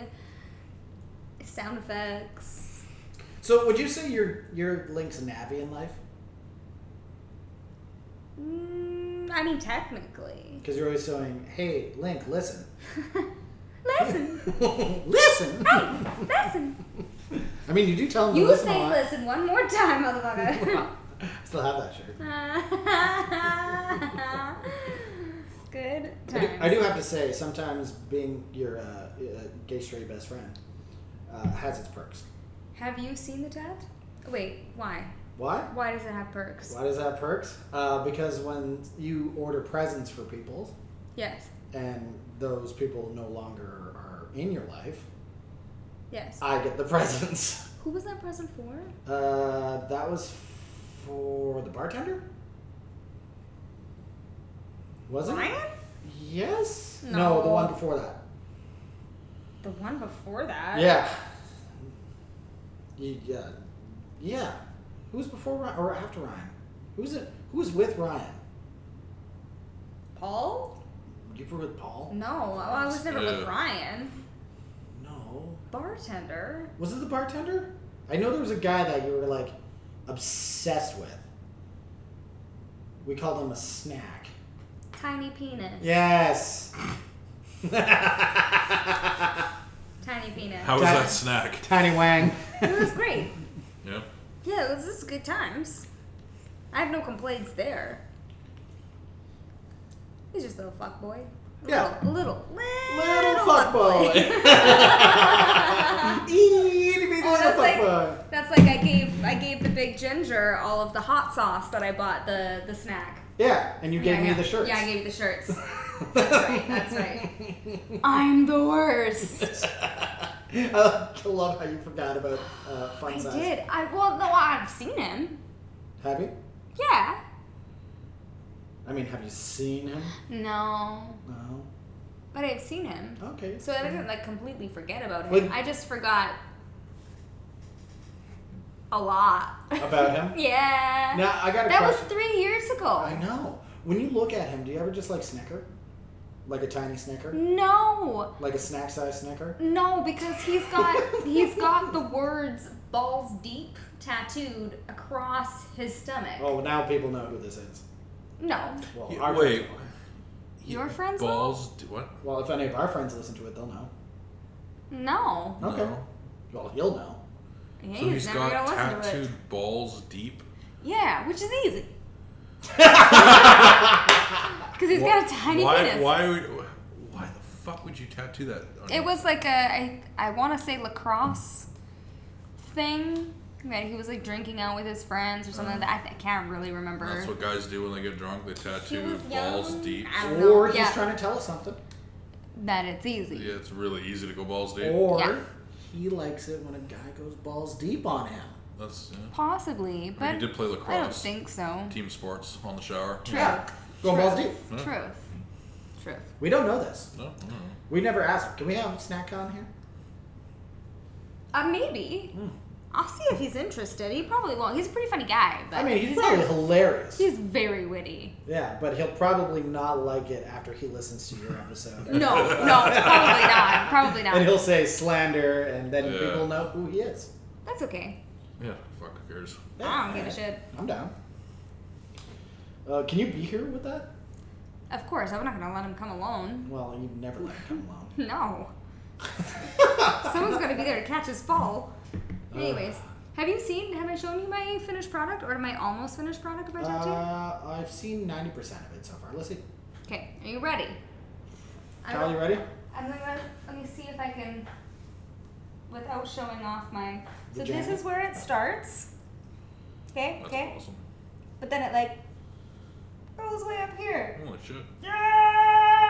Speaker 2: His sound effects.
Speaker 3: So would you say you're you're Link's Navi in life?
Speaker 2: Mm, I mean, technically.
Speaker 3: Because you're always saying, "Hey, Link, listen,
Speaker 2: Listen.
Speaker 3: listen."
Speaker 2: Listen.
Speaker 3: I mean, you do tell him to
Speaker 2: You
Speaker 3: listen a
Speaker 2: say
Speaker 3: lot.
Speaker 2: listen one more time, motherfucker.
Speaker 3: Still have that shirt.
Speaker 2: Good
Speaker 3: I do,
Speaker 2: times.
Speaker 3: I do have to say, sometimes being your uh, uh, gay straight best friend uh, has its perks.
Speaker 2: Have you seen the tat? Wait, why?
Speaker 3: Why?
Speaker 2: Why does it have perks?
Speaker 3: Why does that have perks? Uh, because when you order presents for people
Speaker 2: Yes.
Speaker 3: and those people no longer are in your life,
Speaker 2: Yes.
Speaker 3: I get the presents.
Speaker 2: Who was that present for?
Speaker 3: Uh, that was for the bartender? Was it? Yes? no, the
Speaker 2: No.
Speaker 3: one before that.
Speaker 2: The one before that.
Speaker 3: Yeah. You- Yeah. Yeah. Who was before Ryan or after Ryan? Who's it? Who's with Ryan?
Speaker 2: Paul?
Speaker 3: You were with Paul?
Speaker 2: No, oh, I was never with
Speaker 4: Uh.
Speaker 2: Ryan.
Speaker 3: No.
Speaker 2: Bartender.
Speaker 3: Was it the bartender? I know there was a guy that you were like obsessed with. We called him a snack.
Speaker 2: Tiny penis.
Speaker 3: Yes.
Speaker 2: Tiny penis.
Speaker 4: How was
Speaker 3: That-
Speaker 4: that snack?
Speaker 3: Tiny Wang.
Speaker 2: It was great.
Speaker 4: Yeah.
Speaker 2: Yeah, it was just good times. I have no complaints there. He's just a little fuck boy.
Speaker 3: Yeah.
Speaker 2: Little, little,
Speaker 3: little
Speaker 2: little
Speaker 3: fuck boy. Eee, big
Speaker 2: Oh,
Speaker 3: little
Speaker 2: that's
Speaker 3: fuck
Speaker 2: like-
Speaker 3: boy.
Speaker 2: That's like I gave I gave the big ginger all of the hot sauce that I bought the the snack.
Speaker 3: Yeah, and you gave
Speaker 2: yeah,
Speaker 3: me
Speaker 2: yeah.
Speaker 3: the shirts.
Speaker 2: Yeah, I gave you the shirts. That's right. That's right.
Speaker 6: I'm the worst.
Speaker 3: I love how you forgot about uh, fun
Speaker 6: I
Speaker 3: size.
Speaker 6: did. I well, no, I've seen him.
Speaker 3: Have you?
Speaker 6: Yeah.
Speaker 3: I mean, have you seen him?
Speaker 6: No,
Speaker 3: No.
Speaker 6: but I've seen him.
Speaker 3: Okay.
Speaker 6: So I didn't like completely forget about him.
Speaker 3: Like-
Speaker 6: I just forgot a lot.
Speaker 3: About him?
Speaker 6: yeah.
Speaker 3: Now I got a
Speaker 6: that was
Speaker 3: question.
Speaker 6: three years ago.
Speaker 3: I know. When you look at him, do you ever just like snicker, like a tiny snicker,
Speaker 6: No,
Speaker 3: like a snack size snicker?
Speaker 6: no, because he's got he's got the words balls deep.
Speaker 2: Tattooed across his stomach.
Speaker 3: Oh, well, now people know who this is.
Speaker 2: No.
Speaker 3: Well,
Speaker 4: Yeah,
Speaker 3: our
Speaker 4: wait.
Speaker 3: friends know.
Speaker 6: Your friends know?
Speaker 4: Balls. Do what?
Speaker 3: Well, if any of our friends listen to it, they'll know.
Speaker 6: No.
Speaker 3: Okay.
Speaker 4: No.
Speaker 3: Well, you'll know.
Speaker 6: Yeah,
Speaker 4: So he's
Speaker 6: never
Speaker 4: got
Speaker 6: gonna listen to it.
Speaker 4: tattooed balls deep.
Speaker 6: Yeah, which is easy. Because he's got a tiny
Speaker 4: Why?
Speaker 6: penis.
Speaker 4: Why would? Why the fuck would you tattoo that? on
Speaker 6: It
Speaker 4: your-
Speaker 6: was like a I I want to say lacrosse thing that he was like drinking out with his friends or something like that. I, th- I can't really remember.
Speaker 4: That's what guys do when they get drunk. They tattoo
Speaker 2: was
Speaker 4: balls
Speaker 2: young.
Speaker 4: deep.
Speaker 2: I don't know.
Speaker 3: Or he's
Speaker 6: Yeah.
Speaker 3: trying to tell us something.
Speaker 6: that it's easy.
Speaker 4: Yeah, it's really easy to go balls deep.
Speaker 3: Or
Speaker 6: Yeah.
Speaker 3: he likes it when a guy goes balls deep on him.
Speaker 4: That's yeah.
Speaker 6: Possibly,
Speaker 4: I mean,
Speaker 6: but
Speaker 4: he did play
Speaker 6: I don't
Speaker 4: lacrosse.
Speaker 6: think so.
Speaker 4: Team sports on the shower.
Speaker 6: True.
Speaker 3: Yeah. Going balls deep.
Speaker 4: Huh?
Speaker 6: Truth. Truth.
Speaker 3: We don't know this.
Speaker 4: No, I don't know.
Speaker 3: We never asked. him. Can we have snack on here?
Speaker 2: Uh, maybe.
Speaker 4: Hmm.
Speaker 6: I'll see if he's interested. He probably won't. He's a pretty funny guy, but
Speaker 3: I mean, he's probably hilarious.
Speaker 6: he's very witty.
Speaker 3: Yeah, but he'll probably not like it after he listens to your episode.
Speaker 6: No, no, probably not. Probably
Speaker 3: And
Speaker 6: not.
Speaker 3: he'll say slander, and then
Speaker 4: Yeah.
Speaker 3: people know who he is.
Speaker 2: That's okay.
Speaker 4: Yeah, fuck, who cares?
Speaker 2: I don't give a shit.
Speaker 3: I'm down. Uh, can you be here with that?
Speaker 2: Of course, I'm not gonna let him come alone.
Speaker 3: Well, you never let it come alone.
Speaker 2: No. Someone's gonna be there to catch his fall. Anyways, have you seen? Have I shown you my finished product or my almost finished product of my tattoo?
Speaker 3: Uh, I've seen 90% of it so far. Let's see.
Speaker 2: okay, are you ready? I'm-
Speaker 3: Kyle, you ready?
Speaker 2: I'm gonna let me see if I can, without showing off my. So this
Speaker 3: Vagina.
Speaker 2: is where it starts. Okay,
Speaker 4: That's
Speaker 2: okay,
Speaker 4: awesome.
Speaker 2: but then it like goes way up here.
Speaker 4: Holy shit.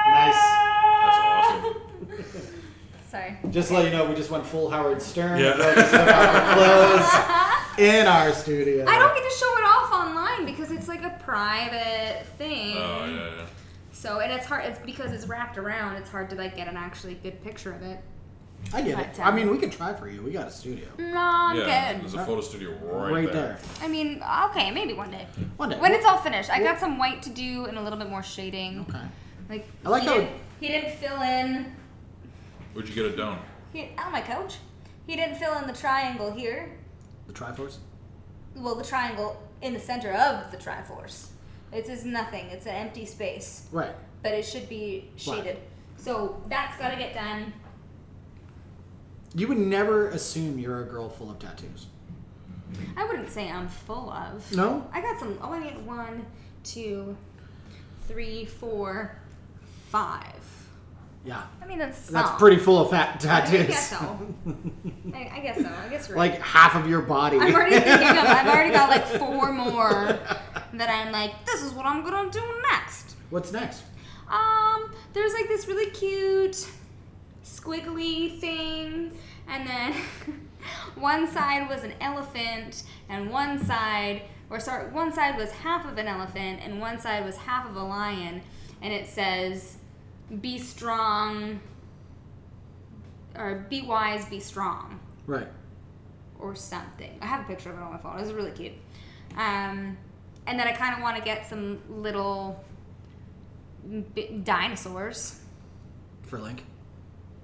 Speaker 3: Nice.
Speaker 4: That's awesome.
Speaker 2: Sorry.
Speaker 3: Just to let you know, we just went full Howard Stern.
Speaker 4: Yeah.
Speaker 3: We just took off our clothes in our studio.
Speaker 2: I don't get to show it off online because it's like a private thing.
Speaker 4: Oh, yeah, yeah.
Speaker 2: So and it's hard. It's because it's wrapped around. It's hard to like get an actually good picture of it.
Speaker 3: I get
Speaker 2: But,
Speaker 3: it.
Speaker 2: um,
Speaker 3: I mean, we could try for you. We got a studio.
Speaker 2: No, I'm
Speaker 4: yeah,
Speaker 2: good.
Speaker 4: there's a photo studio right,
Speaker 3: Right, there.
Speaker 2: I mean, okay, maybe one day.
Speaker 3: One day.
Speaker 2: When it's all finished, I got some white to do and a little bit more shading.
Speaker 3: okay.
Speaker 2: Like
Speaker 3: I like
Speaker 2: he
Speaker 3: how-
Speaker 2: didn't, he didn't fill in.
Speaker 4: Where'd you get it done?
Speaker 2: He, on my couch. He didn't fill in the triangle here.
Speaker 3: The Triforce?
Speaker 2: Well, the triangle in the center of the Triforce. It's is nothing. It's an empty space,
Speaker 3: Right.
Speaker 2: but it should be shaded. So that's gotta get done.
Speaker 3: You would never assume you're a girl full of tattoos.
Speaker 2: I wouldn't say I'm full of.
Speaker 3: No?
Speaker 2: I got some. Oh, I need one, two, three, four, five.
Speaker 3: Yeah.
Speaker 2: I mean, that's
Speaker 3: That's
Speaker 2: some.
Speaker 3: pretty full of fat
Speaker 2: I
Speaker 3: tattoos.
Speaker 2: guess so. I, I guess so. I guess you're right.
Speaker 3: like half of your body.
Speaker 2: I'm already thinking of. I've already got like four more that I'm like, this is what I'm gonna do next.
Speaker 3: What's next?
Speaker 2: Um, there's like this really cute squiggly thing, and then one side was an elephant, and one side, or sorry, one side was half of an elephant, and one side was half of a lion, and it says, "Be strong," or "Be wise, be strong."
Speaker 3: Right.
Speaker 2: or something. I have a picture of it on my phone. It's really cute. Um, and then I kind of want to get some little bi- dinosaurs.
Speaker 3: For Link.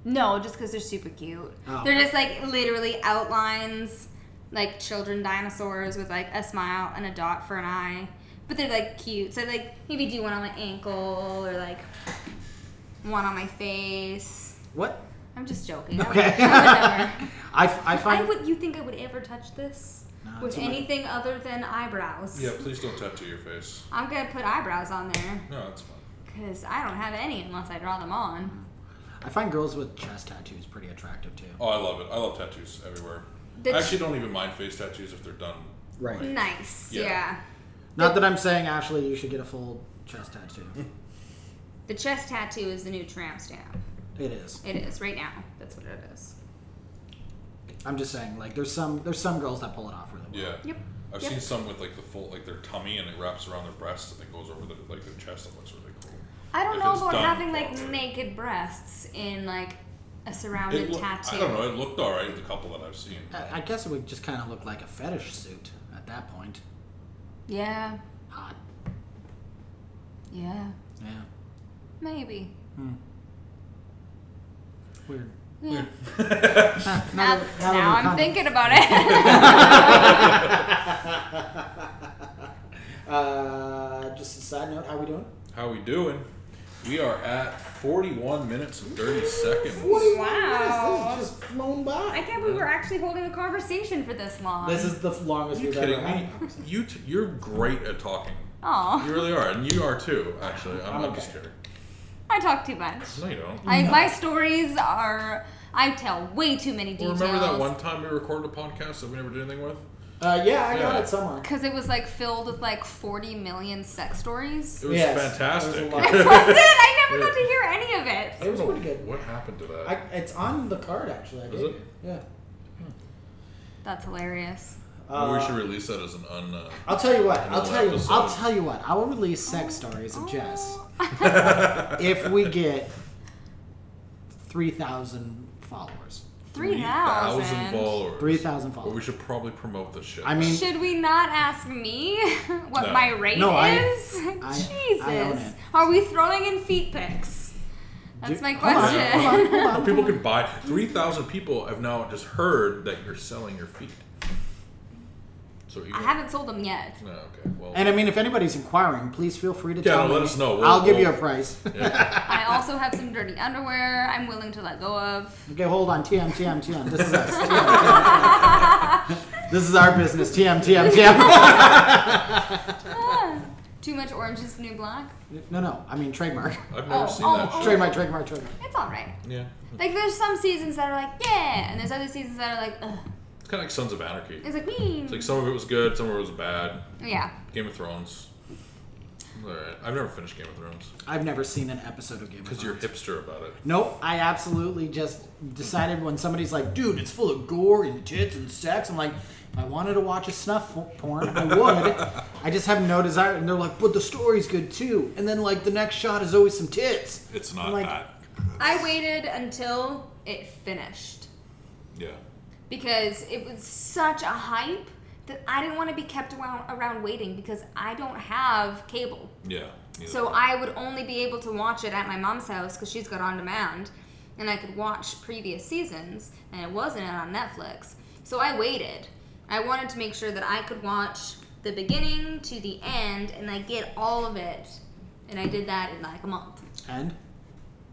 Speaker 2: No, just because they're super cute.
Speaker 3: Oh.
Speaker 2: They're just like literally outlines, like children dinosaurs with like a smile and a dot for an eye. But they're like cute. So like maybe do one on my ankle or like one on my face.
Speaker 3: What?
Speaker 2: I'm just joking. I would-
Speaker 3: Okay.
Speaker 2: I would never.
Speaker 3: I, f- I find.
Speaker 2: I would. You think I would ever touch this
Speaker 3: No,
Speaker 2: with
Speaker 3: it's all right.
Speaker 2: anything other than eyebrows?
Speaker 4: Yeah, please don't tattoo your face.
Speaker 2: I'm gonna put eyebrows on there
Speaker 4: No, that's fine.
Speaker 2: because I don't have any unless I draw them on.
Speaker 3: I find girls with chest tattoos pretty attractive too.
Speaker 4: Oh, I love it. I love tattoos everywhere.
Speaker 2: The
Speaker 4: I actually don't even mind face tattoos if they're done.
Speaker 3: Right.
Speaker 2: Nice. Yeah.
Speaker 4: Yeah.
Speaker 3: Not that I'm saying Ashley, you should get a full chest tattoo.
Speaker 2: The chest tattoo is the new tramp stamp.
Speaker 3: it is.
Speaker 2: It is right now. That's what it is.
Speaker 3: I'm just saying, like, there's some there's some girls that pull it off really well.
Speaker 4: Yeah.
Speaker 2: Yep.
Speaker 4: I've
Speaker 2: Yep.
Speaker 4: seen some with like the full, like their tummy and it wraps around their breasts and it goes over the, like their chest. It looks really cool.
Speaker 2: I don't
Speaker 4: If
Speaker 2: know
Speaker 4: it's
Speaker 2: about
Speaker 4: done
Speaker 2: having like
Speaker 4: properly.
Speaker 2: naked breasts in like a surrounded
Speaker 4: It look-
Speaker 2: tattoo.
Speaker 4: I don't know. It looked all right. The couple that I've seen.
Speaker 3: I, I guess it would just kind of look like a fetish suit at that point.
Speaker 2: Yeah.
Speaker 3: Hot.
Speaker 2: Yeah.
Speaker 3: Yeah.
Speaker 2: Maybe.
Speaker 3: Weird.
Speaker 2: Yeah.
Speaker 3: Huh,
Speaker 2: Now,
Speaker 3: that-
Speaker 2: now,
Speaker 3: that would be
Speaker 2: I'm
Speaker 3: fun.
Speaker 2: thinking about it.
Speaker 3: Uh, just a side note, how we doing?
Speaker 4: How we doing? We are at 41 minutes and 30 seconds.
Speaker 2: Wow.
Speaker 3: This is just flown
Speaker 2: I
Speaker 3: by.
Speaker 2: can't believe we're actually holding a conversation for this long.
Speaker 3: This is the f- longest
Speaker 4: You
Speaker 3: we've
Speaker 4: kidding
Speaker 3: ever
Speaker 4: me?
Speaker 3: had.
Speaker 4: You t- you're great at talking.
Speaker 2: Aw,
Speaker 4: You really are, and you are too. Actually, I'm,
Speaker 3: I'm
Speaker 4: I'm just
Speaker 3: okay.
Speaker 4: kidding.
Speaker 2: I talk too much.
Speaker 4: No, you don't.
Speaker 2: I, my stories are. I tell way too many
Speaker 4: Well,
Speaker 2: details.
Speaker 4: remember that one time we recorded a podcast that we never did anything with?
Speaker 3: Uh, yeah, I got
Speaker 4: Yeah.
Speaker 3: it somewhere.
Speaker 2: Because it was like filled with like 40 million sex stories.
Speaker 4: It was
Speaker 3: Yes,
Speaker 4: fantastic.
Speaker 3: that was
Speaker 2: That's it. I never got to hear any of
Speaker 4: I
Speaker 2: it.
Speaker 4: don't
Speaker 3: was
Speaker 4: know
Speaker 3: pretty good.
Speaker 4: What happened to that?
Speaker 3: I, it's on the card actually. I
Speaker 4: Is
Speaker 3: gave
Speaker 4: it?
Speaker 3: you. Yeah.
Speaker 2: That's hilarious.
Speaker 4: Maybe
Speaker 3: Uh,
Speaker 4: we should release that as an un. Uh,
Speaker 3: I'll tell you what. I'll
Speaker 4: Another
Speaker 3: tell you. I'll
Speaker 4: episode.
Speaker 3: tell you what. I will release sex stories of Jess
Speaker 2: Oh.
Speaker 3: if we get three thousand followers.
Speaker 4: 3,000
Speaker 2: 3,000.
Speaker 4: followers.
Speaker 3: Three thousand
Speaker 4: But we
Speaker 3: followers.
Speaker 4: should probably promote this shit.
Speaker 3: I mean,
Speaker 2: Should we not ask me what
Speaker 4: No.
Speaker 2: my rate
Speaker 3: No, I-
Speaker 2: is?
Speaker 3: I- I
Speaker 2: Jesus.
Speaker 3: own it.
Speaker 2: Are we throwing in feet pics?
Speaker 3: Do-
Speaker 2: That's my
Speaker 3: hold on,
Speaker 2: question.
Speaker 3: hold on, hold on.
Speaker 4: People can buy. Three thousand people have now just heard that you're selling your feet. So you
Speaker 2: I haven't sold them yet.
Speaker 4: No, okay. Well,
Speaker 3: And I mean, if anybody's inquiring, please feel free to
Speaker 4: Yeah,
Speaker 3: tell
Speaker 4: no,
Speaker 3: me.
Speaker 4: let us know. We'll-
Speaker 3: I'll give you a
Speaker 4: we'll-
Speaker 3: price.
Speaker 4: yeah.
Speaker 2: I also have some dirty underwear I'm willing to let go of.
Speaker 3: Okay, hold on. TM, TM, TM. This is us. TM, TM, TM. This is our business. TM, TM, TM.
Speaker 2: Ah, too much orange is the new black.
Speaker 3: No, no. I mean, trademark.
Speaker 4: I've never
Speaker 2: Oh,
Speaker 4: seen
Speaker 2: oh,
Speaker 4: that.
Speaker 2: oh.
Speaker 4: shit.
Speaker 3: Trademark, trademark, trademark.
Speaker 2: It's alright.
Speaker 3: oh.
Speaker 4: Yeah,
Speaker 2: Like there's some seasons that are like, yeah, and there's other seasons that are like, ugh.
Speaker 4: it's kind of like Sons of Anarchy.
Speaker 2: It's like, mm.
Speaker 4: It's like some of it was good, some of it was bad.
Speaker 2: yeah.
Speaker 4: Game of Thrones. All right, I've never finished Game of Thrones
Speaker 3: I've never seen an episode of Game of
Speaker 4: because
Speaker 3: Thrones.
Speaker 4: you're hipster about it.
Speaker 3: Nope, I absolutely just decided when somebody's like, dude, it's full of gore and tits and sex. I'm like, if I wanted to watch a snuff porn, I would. I just have no desire. And they're like, but the story's good too. And then, like, the next shot is always some tits.
Speaker 4: It's not
Speaker 3: Like-
Speaker 4: that.
Speaker 2: I waited until it finished
Speaker 4: Yeah.
Speaker 2: because it was such a hype that I didn't want to be kept around, around waiting because I don't have cable.
Speaker 4: Yeah. neither.
Speaker 2: So I would only be able to watch it at my mom's house because she's got on demand, and I could watch previous seasons, and it wasn't on Netflix. So I waited. I wanted to make sure that I could watch the beginning to the end, and I get all of it. And I did that in like a month.
Speaker 3: And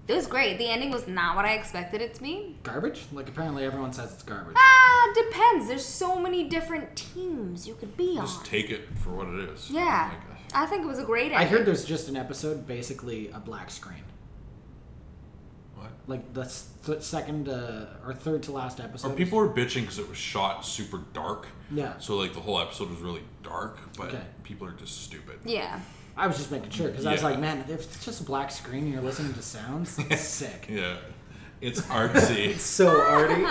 Speaker 2: It was great. The ending was not what I expected it to be.
Speaker 3: garbage? Like, apparently everyone says it's garbage.
Speaker 2: Ah, depends. There's so many different teams you could be on.
Speaker 4: just take it for what it is.
Speaker 2: yeah,
Speaker 4: Like,
Speaker 2: I
Speaker 4: uh,
Speaker 2: think it was a great.
Speaker 3: I
Speaker 2: ending.
Speaker 3: heard there's just an episode, basically a black screen.
Speaker 4: what?
Speaker 3: Like, the s- th- second uh, or third to last episode.
Speaker 4: Or people were bitching because it was shot super dark.
Speaker 3: Yeah.
Speaker 4: So like the whole episode was really dark, but
Speaker 3: Okay.
Speaker 4: people are just stupid.
Speaker 2: Yeah.
Speaker 3: I was just making sure because I was
Speaker 4: Yeah.
Speaker 3: like, man, if it's just a black screen and you're listening to sounds, it's sick.
Speaker 4: Yeah. It's artsy.
Speaker 3: It's so arty.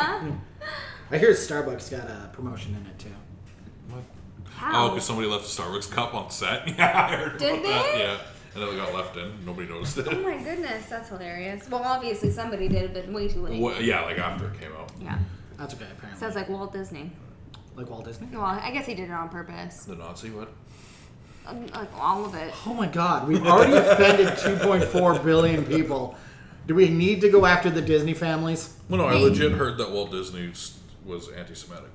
Speaker 3: I hear Starbucks got a promotion in it too.
Speaker 4: what?
Speaker 2: How?
Speaker 4: Oh, because somebody left a Starbucks cup on set. Yeah, I heard
Speaker 2: Did
Speaker 4: about that.
Speaker 2: they?
Speaker 4: Yeah. And then it got left in. Nobody noticed it.
Speaker 2: Oh my goodness, that's hilarious. Well, obviously somebody did, but way too late.
Speaker 4: Wha- yeah, like after it came out.
Speaker 2: Yeah,
Speaker 3: That's okay, apparently.
Speaker 2: sounds like Walt Disney.
Speaker 3: like Walt Disney.
Speaker 2: Well, I guess he did it on purpose.
Speaker 4: The Nazi what?
Speaker 2: Um, Like all of it.
Speaker 3: Oh my God, we've already offended 2.4 billion people. Do we need to go after the Disney families?
Speaker 4: Well, no, I
Speaker 2: Hey.
Speaker 4: legit heard that Walt Disney s- was anti-Semitic.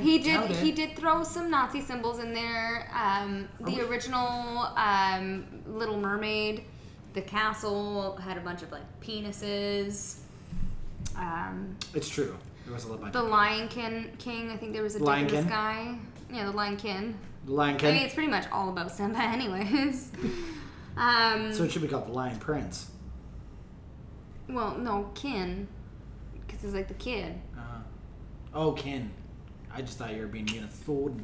Speaker 2: He did.
Speaker 3: doubt it.
Speaker 2: He did throw some Nazi symbols in there. Um, the original um, Little Mermaid, the castle had a bunch of like penises. Um,
Speaker 3: It's true. There was a little bunch.
Speaker 2: the Lion King. King. I think there was a dick
Speaker 3: Lion
Speaker 2: in the
Speaker 3: Kin?
Speaker 2: sky. Yeah, the Lion King.
Speaker 3: The Lion
Speaker 2: I mean,
Speaker 3: King.
Speaker 2: it's pretty much all about Simba, anyways. Um,
Speaker 3: So it should be called the Lion Prince.
Speaker 2: Well, no, Kin, because he's like the kid.
Speaker 3: Uh, oh, Ken. I just thought you were being mean at Ford.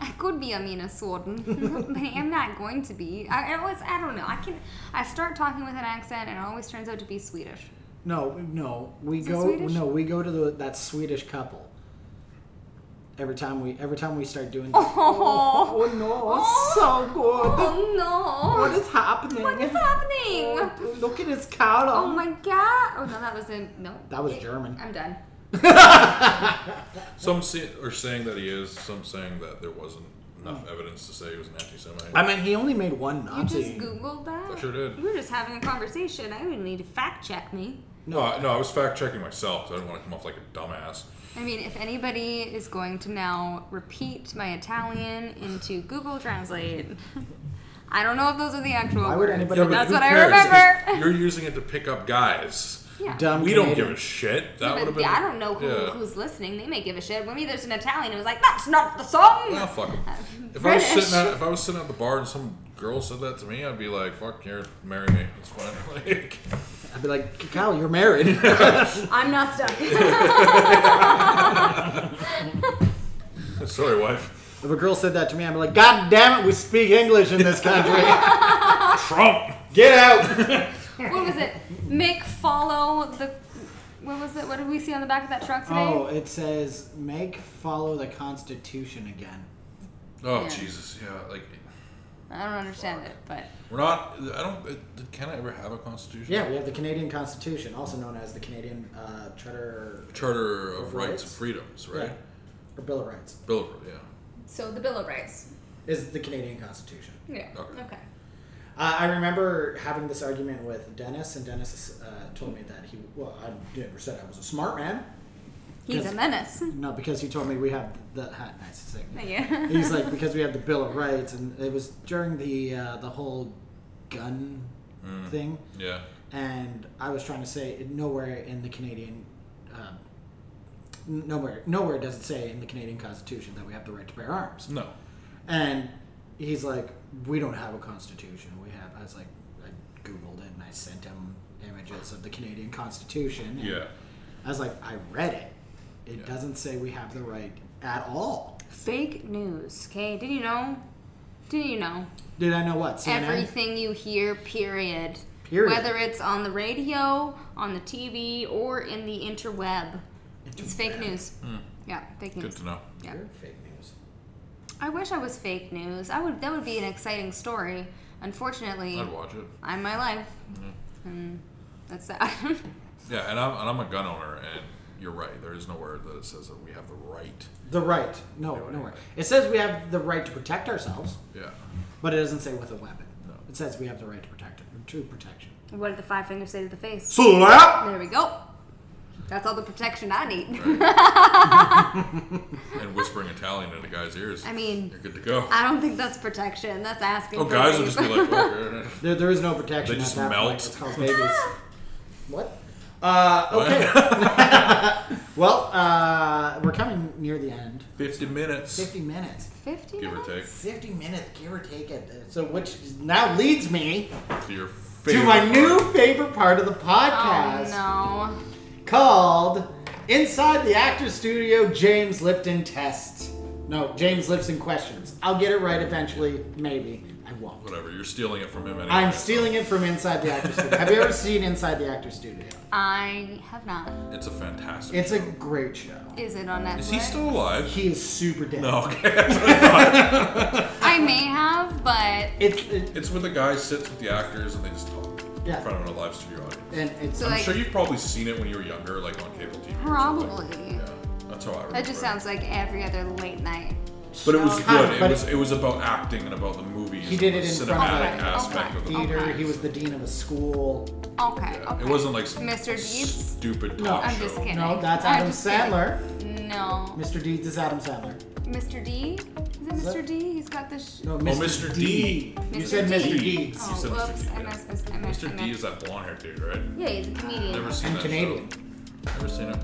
Speaker 2: I could be a Mina Sworden, but I'm not going to be. I, I always, I don't know. I can, I start talking with an accent, and it always turns out to be Swedish.
Speaker 3: No, no, we
Speaker 2: Is it
Speaker 3: go.
Speaker 2: Swedish?
Speaker 3: No, we go to the that Swedish couple. Every time we, every time we start doing.
Speaker 2: Oh,
Speaker 3: Oh no, it's so good.
Speaker 2: oh no!
Speaker 3: What is happening?
Speaker 2: What is happening?
Speaker 3: Oh, look at his cow.
Speaker 2: Oh my god! Oh no, that was a no.
Speaker 3: That was German.
Speaker 2: I'm done.
Speaker 4: Some say, are saying that he is. Some saying that there wasn't enough evidence to say he was an anti-Semite.
Speaker 3: I mean, he only made one
Speaker 2: You
Speaker 3: Nazi.
Speaker 2: just googled that.
Speaker 4: I sure did.
Speaker 2: You were just having a conversation. I didn't need to fact check me.
Speaker 4: No, I, no, I was fact checking myself. 'cause I didn't want to come off like a dumbass.
Speaker 2: I mean, if anybody is going to now repeat my Italian into Google Translate, I don't know if those are the actual
Speaker 3: Why would
Speaker 2: words.
Speaker 3: anybody-
Speaker 4: Yeah,
Speaker 3: but
Speaker 2: that's
Speaker 4: who
Speaker 2: what I
Speaker 4: cares?
Speaker 2: remember.
Speaker 4: You're using it to pick up guys.
Speaker 2: yeah.
Speaker 3: Dumb
Speaker 4: We don't give
Speaker 3: Canadian.
Speaker 4: a shit. That would
Speaker 2: but
Speaker 4: have been.
Speaker 2: I don't know who,
Speaker 4: Yeah.
Speaker 2: who's listening. They may give a shit. Maybe there's an Italian who was like, "That's not the song."
Speaker 4: Well, fuck 'em. If I was
Speaker 2: British.
Speaker 4: sitting at if I was sitting at the bar and some girl said that to me, I'd be like, "Fuck, you're marry me. It's fine." Like,
Speaker 3: I'd be like, cow, you're married.
Speaker 2: I'm not stuck.
Speaker 4: sorry, wife.
Speaker 3: if a girl said that to me, I'd be like, God damn it, we speak English in this country.
Speaker 4: Trump.
Speaker 3: Get out.
Speaker 2: what was it? Mick follow the. What was it? What did we see on the back of that truck today?
Speaker 3: oh, it says make follow the Constitution again.
Speaker 4: Oh
Speaker 2: Yeah.
Speaker 4: Jesus, yeah. Like,
Speaker 2: I don't understand it, but
Speaker 4: we're not. I don't. it- Did Canada ever have a constitution?
Speaker 3: Yeah, we have the Canadian Constitution, also known as the Canadian uh, Charter
Speaker 4: Charter of
Speaker 3: Of
Speaker 4: Rights,
Speaker 3: Rights.
Speaker 4: and Freedoms, right?
Speaker 3: Yeah. or Bill of Rights.
Speaker 4: Bill of Rights. Yeah.
Speaker 2: so the Bill of Rights.
Speaker 3: Is the Canadian Constitution.
Speaker 4: Oh.
Speaker 2: Yeah.
Speaker 4: Okay.
Speaker 2: okay.
Speaker 3: Uh, I remember having this argument with Dennis, and Dennis uh, told me that he, well, I never said I was a smart man.
Speaker 2: He's a
Speaker 3: Yes.
Speaker 2: menace.
Speaker 3: No, because he told me we have the hat. Nice thing.
Speaker 2: Yeah.
Speaker 3: He's like because we have the Bill of Rights, and it was during the uh, the whole gun thing,
Speaker 4: Yeah.
Speaker 3: and I was trying to say nowhere in the Canadian, um, n- nowhere nowhere does it say in the Canadian Constitution that we have the right to bear arms.
Speaker 4: No.
Speaker 3: And he's like, we don't have a constitution. We have. I was like, I googled it and I sent him images of the Canadian Constitution. and
Speaker 4: Yeah.
Speaker 3: I was like, I read it. It
Speaker 4: Yeah.
Speaker 3: doesn't say we have the right at all.
Speaker 2: Fake news. Okay, did you know? Did you know?
Speaker 3: Did I know what? CNN?
Speaker 2: Everything you hear, period.
Speaker 3: Period.
Speaker 2: Whether it's on the radio, on the TV, or in the interweb, it's fake news. Yeah, fake
Speaker 4: Hmm. Good
Speaker 2: news.
Speaker 4: to know.
Speaker 2: Yeah.
Speaker 3: You're fake news.
Speaker 2: I wish I was fake news. I would. That would be an exciting story. Unfortunately,
Speaker 4: I'd watch it.
Speaker 2: I'm my life. And that's sad.
Speaker 4: Yeah, and I'm, and I'm a gun owner, and you're right. There is nowhere that it says that we have the right.
Speaker 3: The right. No, nowhere. It says we have the right to protect ourselves,
Speaker 4: Yeah.
Speaker 3: but it doesn't say with a weapon.
Speaker 4: No.
Speaker 3: It says we have the right to protect it, to protection.
Speaker 2: what did the five fingers say to the face?
Speaker 4: Slap!
Speaker 2: There we go. That's all the protection I need.
Speaker 4: And whispering Italian into guys' ears.
Speaker 2: I mean,
Speaker 4: You're good to go.
Speaker 2: I don't think that's protection. That's asking.
Speaker 4: Oh,
Speaker 2: for
Speaker 4: guys will
Speaker 2: things.
Speaker 4: just be like, oh, yeah, yeah.
Speaker 3: There, there is no protection.
Speaker 4: They just
Speaker 3: at that
Speaker 4: melt.
Speaker 3: Point. It's called babies. what? Uh, okay. well, uh, we're coming near the end.
Speaker 4: 50 minutes,
Speaker 3: Fifty minutes.
Speaker 2: Fifty.
Speaker 4: give or take,
Speaker 3: Fifty minutes, give or take it. So, which now leads me
Speaker 4: to your favorite.
Speaker 3: to my
Speaker 4: part.
Speaker 3: new favorite part of the
Speaker 2: Oh
Speaker 3: podcast.
Speaker 2: no.
Speaker 3: called Inside the Actors Studio James Lipton Test. No, James Lipton Questions. I'll get it right eventually, maybe. I won't.
Speaker 4: Whatever, you're stealing it from him anyway.
Speaker 3: I'm stealing it from Inside the Actors Studio. Have you ever seen Inside the Actors Studio?
Speaker 2: I have not.
Speaker 4: It's a fantastic.
Speaker 3: It's a great show.
Speaker 2: Is it on Netflix?
Speaker 4: Is he still alive?
Speaker 3: He is super dead.
Speaker 4: No, okay.
Speaker 2: I may have, but
Speaker 3: It's it,
Speaker 4: it's when the guy sits with the actors and they just talk
Speaker 3: Yeah.
Speaker 4: in front of a live studio audience.
Speaker 3: and it's
Speaker 2: so
Speaker 4: I'm
Speaker 2: like
Speaker 4: sure you've probably seen it when you were younger, like on cable TV. or something.
Speaker 2: probably.
Speaker 4: Yeah, that's how I remember.
Speaker 2: That just
Speaker 4: it.
Speaker 2: sounds like every other late night.
Speaker 4: But it was
Speaker 2: show.
Speaker 3: Kind of,
Speaker 4: good. It
Speaker 3: but-
Speaker 4: was it was about acting and about the movies.
Speaker 3: He did
Speaker 4: and
Speaker 3: it
Speaker 4: the
Speaker 3: in
Speaker 4: cinematic
Speaker 3: front of, like,
Speaker 4: aspect
Speaker 2: okay,
Speaker 4: of the
Speaker 3: theater.
Speaker 2: okay.
Speaker 3: He was the dean of a school.
Speaker 2: Okay,
Speaker 4: Yeah,
Speaker 2: okay.
Speaker 4: It wasn't like some
Speaker 2: Mr. Deeds.
Speaker 4: stupid
Speaker 3: No.
Speaker 4: talk
Speaker 2: I'm
Speaker 4: show.
Speaker 2: just kidding.
Speaker 3: No, that's
Speaker 2: I'm
Speaker 3: Adam
Speaker 2: just kidding.
Speaker 3: Sandler.
Speaker 2: No,
Speaker 3: Mr. Deeds is Adam Sandler.
Speaker 2: Mr. D. Is it
Speaker 3: Is that-
Speaker 2: Mr. D? He's got this. Sh-
Speaker 3: No,
Speaker 4: Mr. Oh, D.
Speaker 3: You
Speaker 2: Mr.
Speaker 3: said
Speaker 2: D.
Speaker 3: Mr.
Speaker 4: D.
Speaker 3: Deeds.
Speaker 4: You
Speaker 2: Oh,
Speaker 4: said Mr.
Speaker 2: whoops.
Speaker 4: D,
Speaker 2: I
Speaker 4: yeah.
Speaker 2: missed. missed- I missed. I
Speaker 4: Mr. D
Speaker 2: missed.
Speaker 4: is that blonde haired dude, right?
Speaker 2: Yeah, he's a comedian.
Speaker 4: Never seen
Speaker 3: I'm
Speaker 4: that
Speaker 3: Canadian.
Speaker 4: show. Never seen it.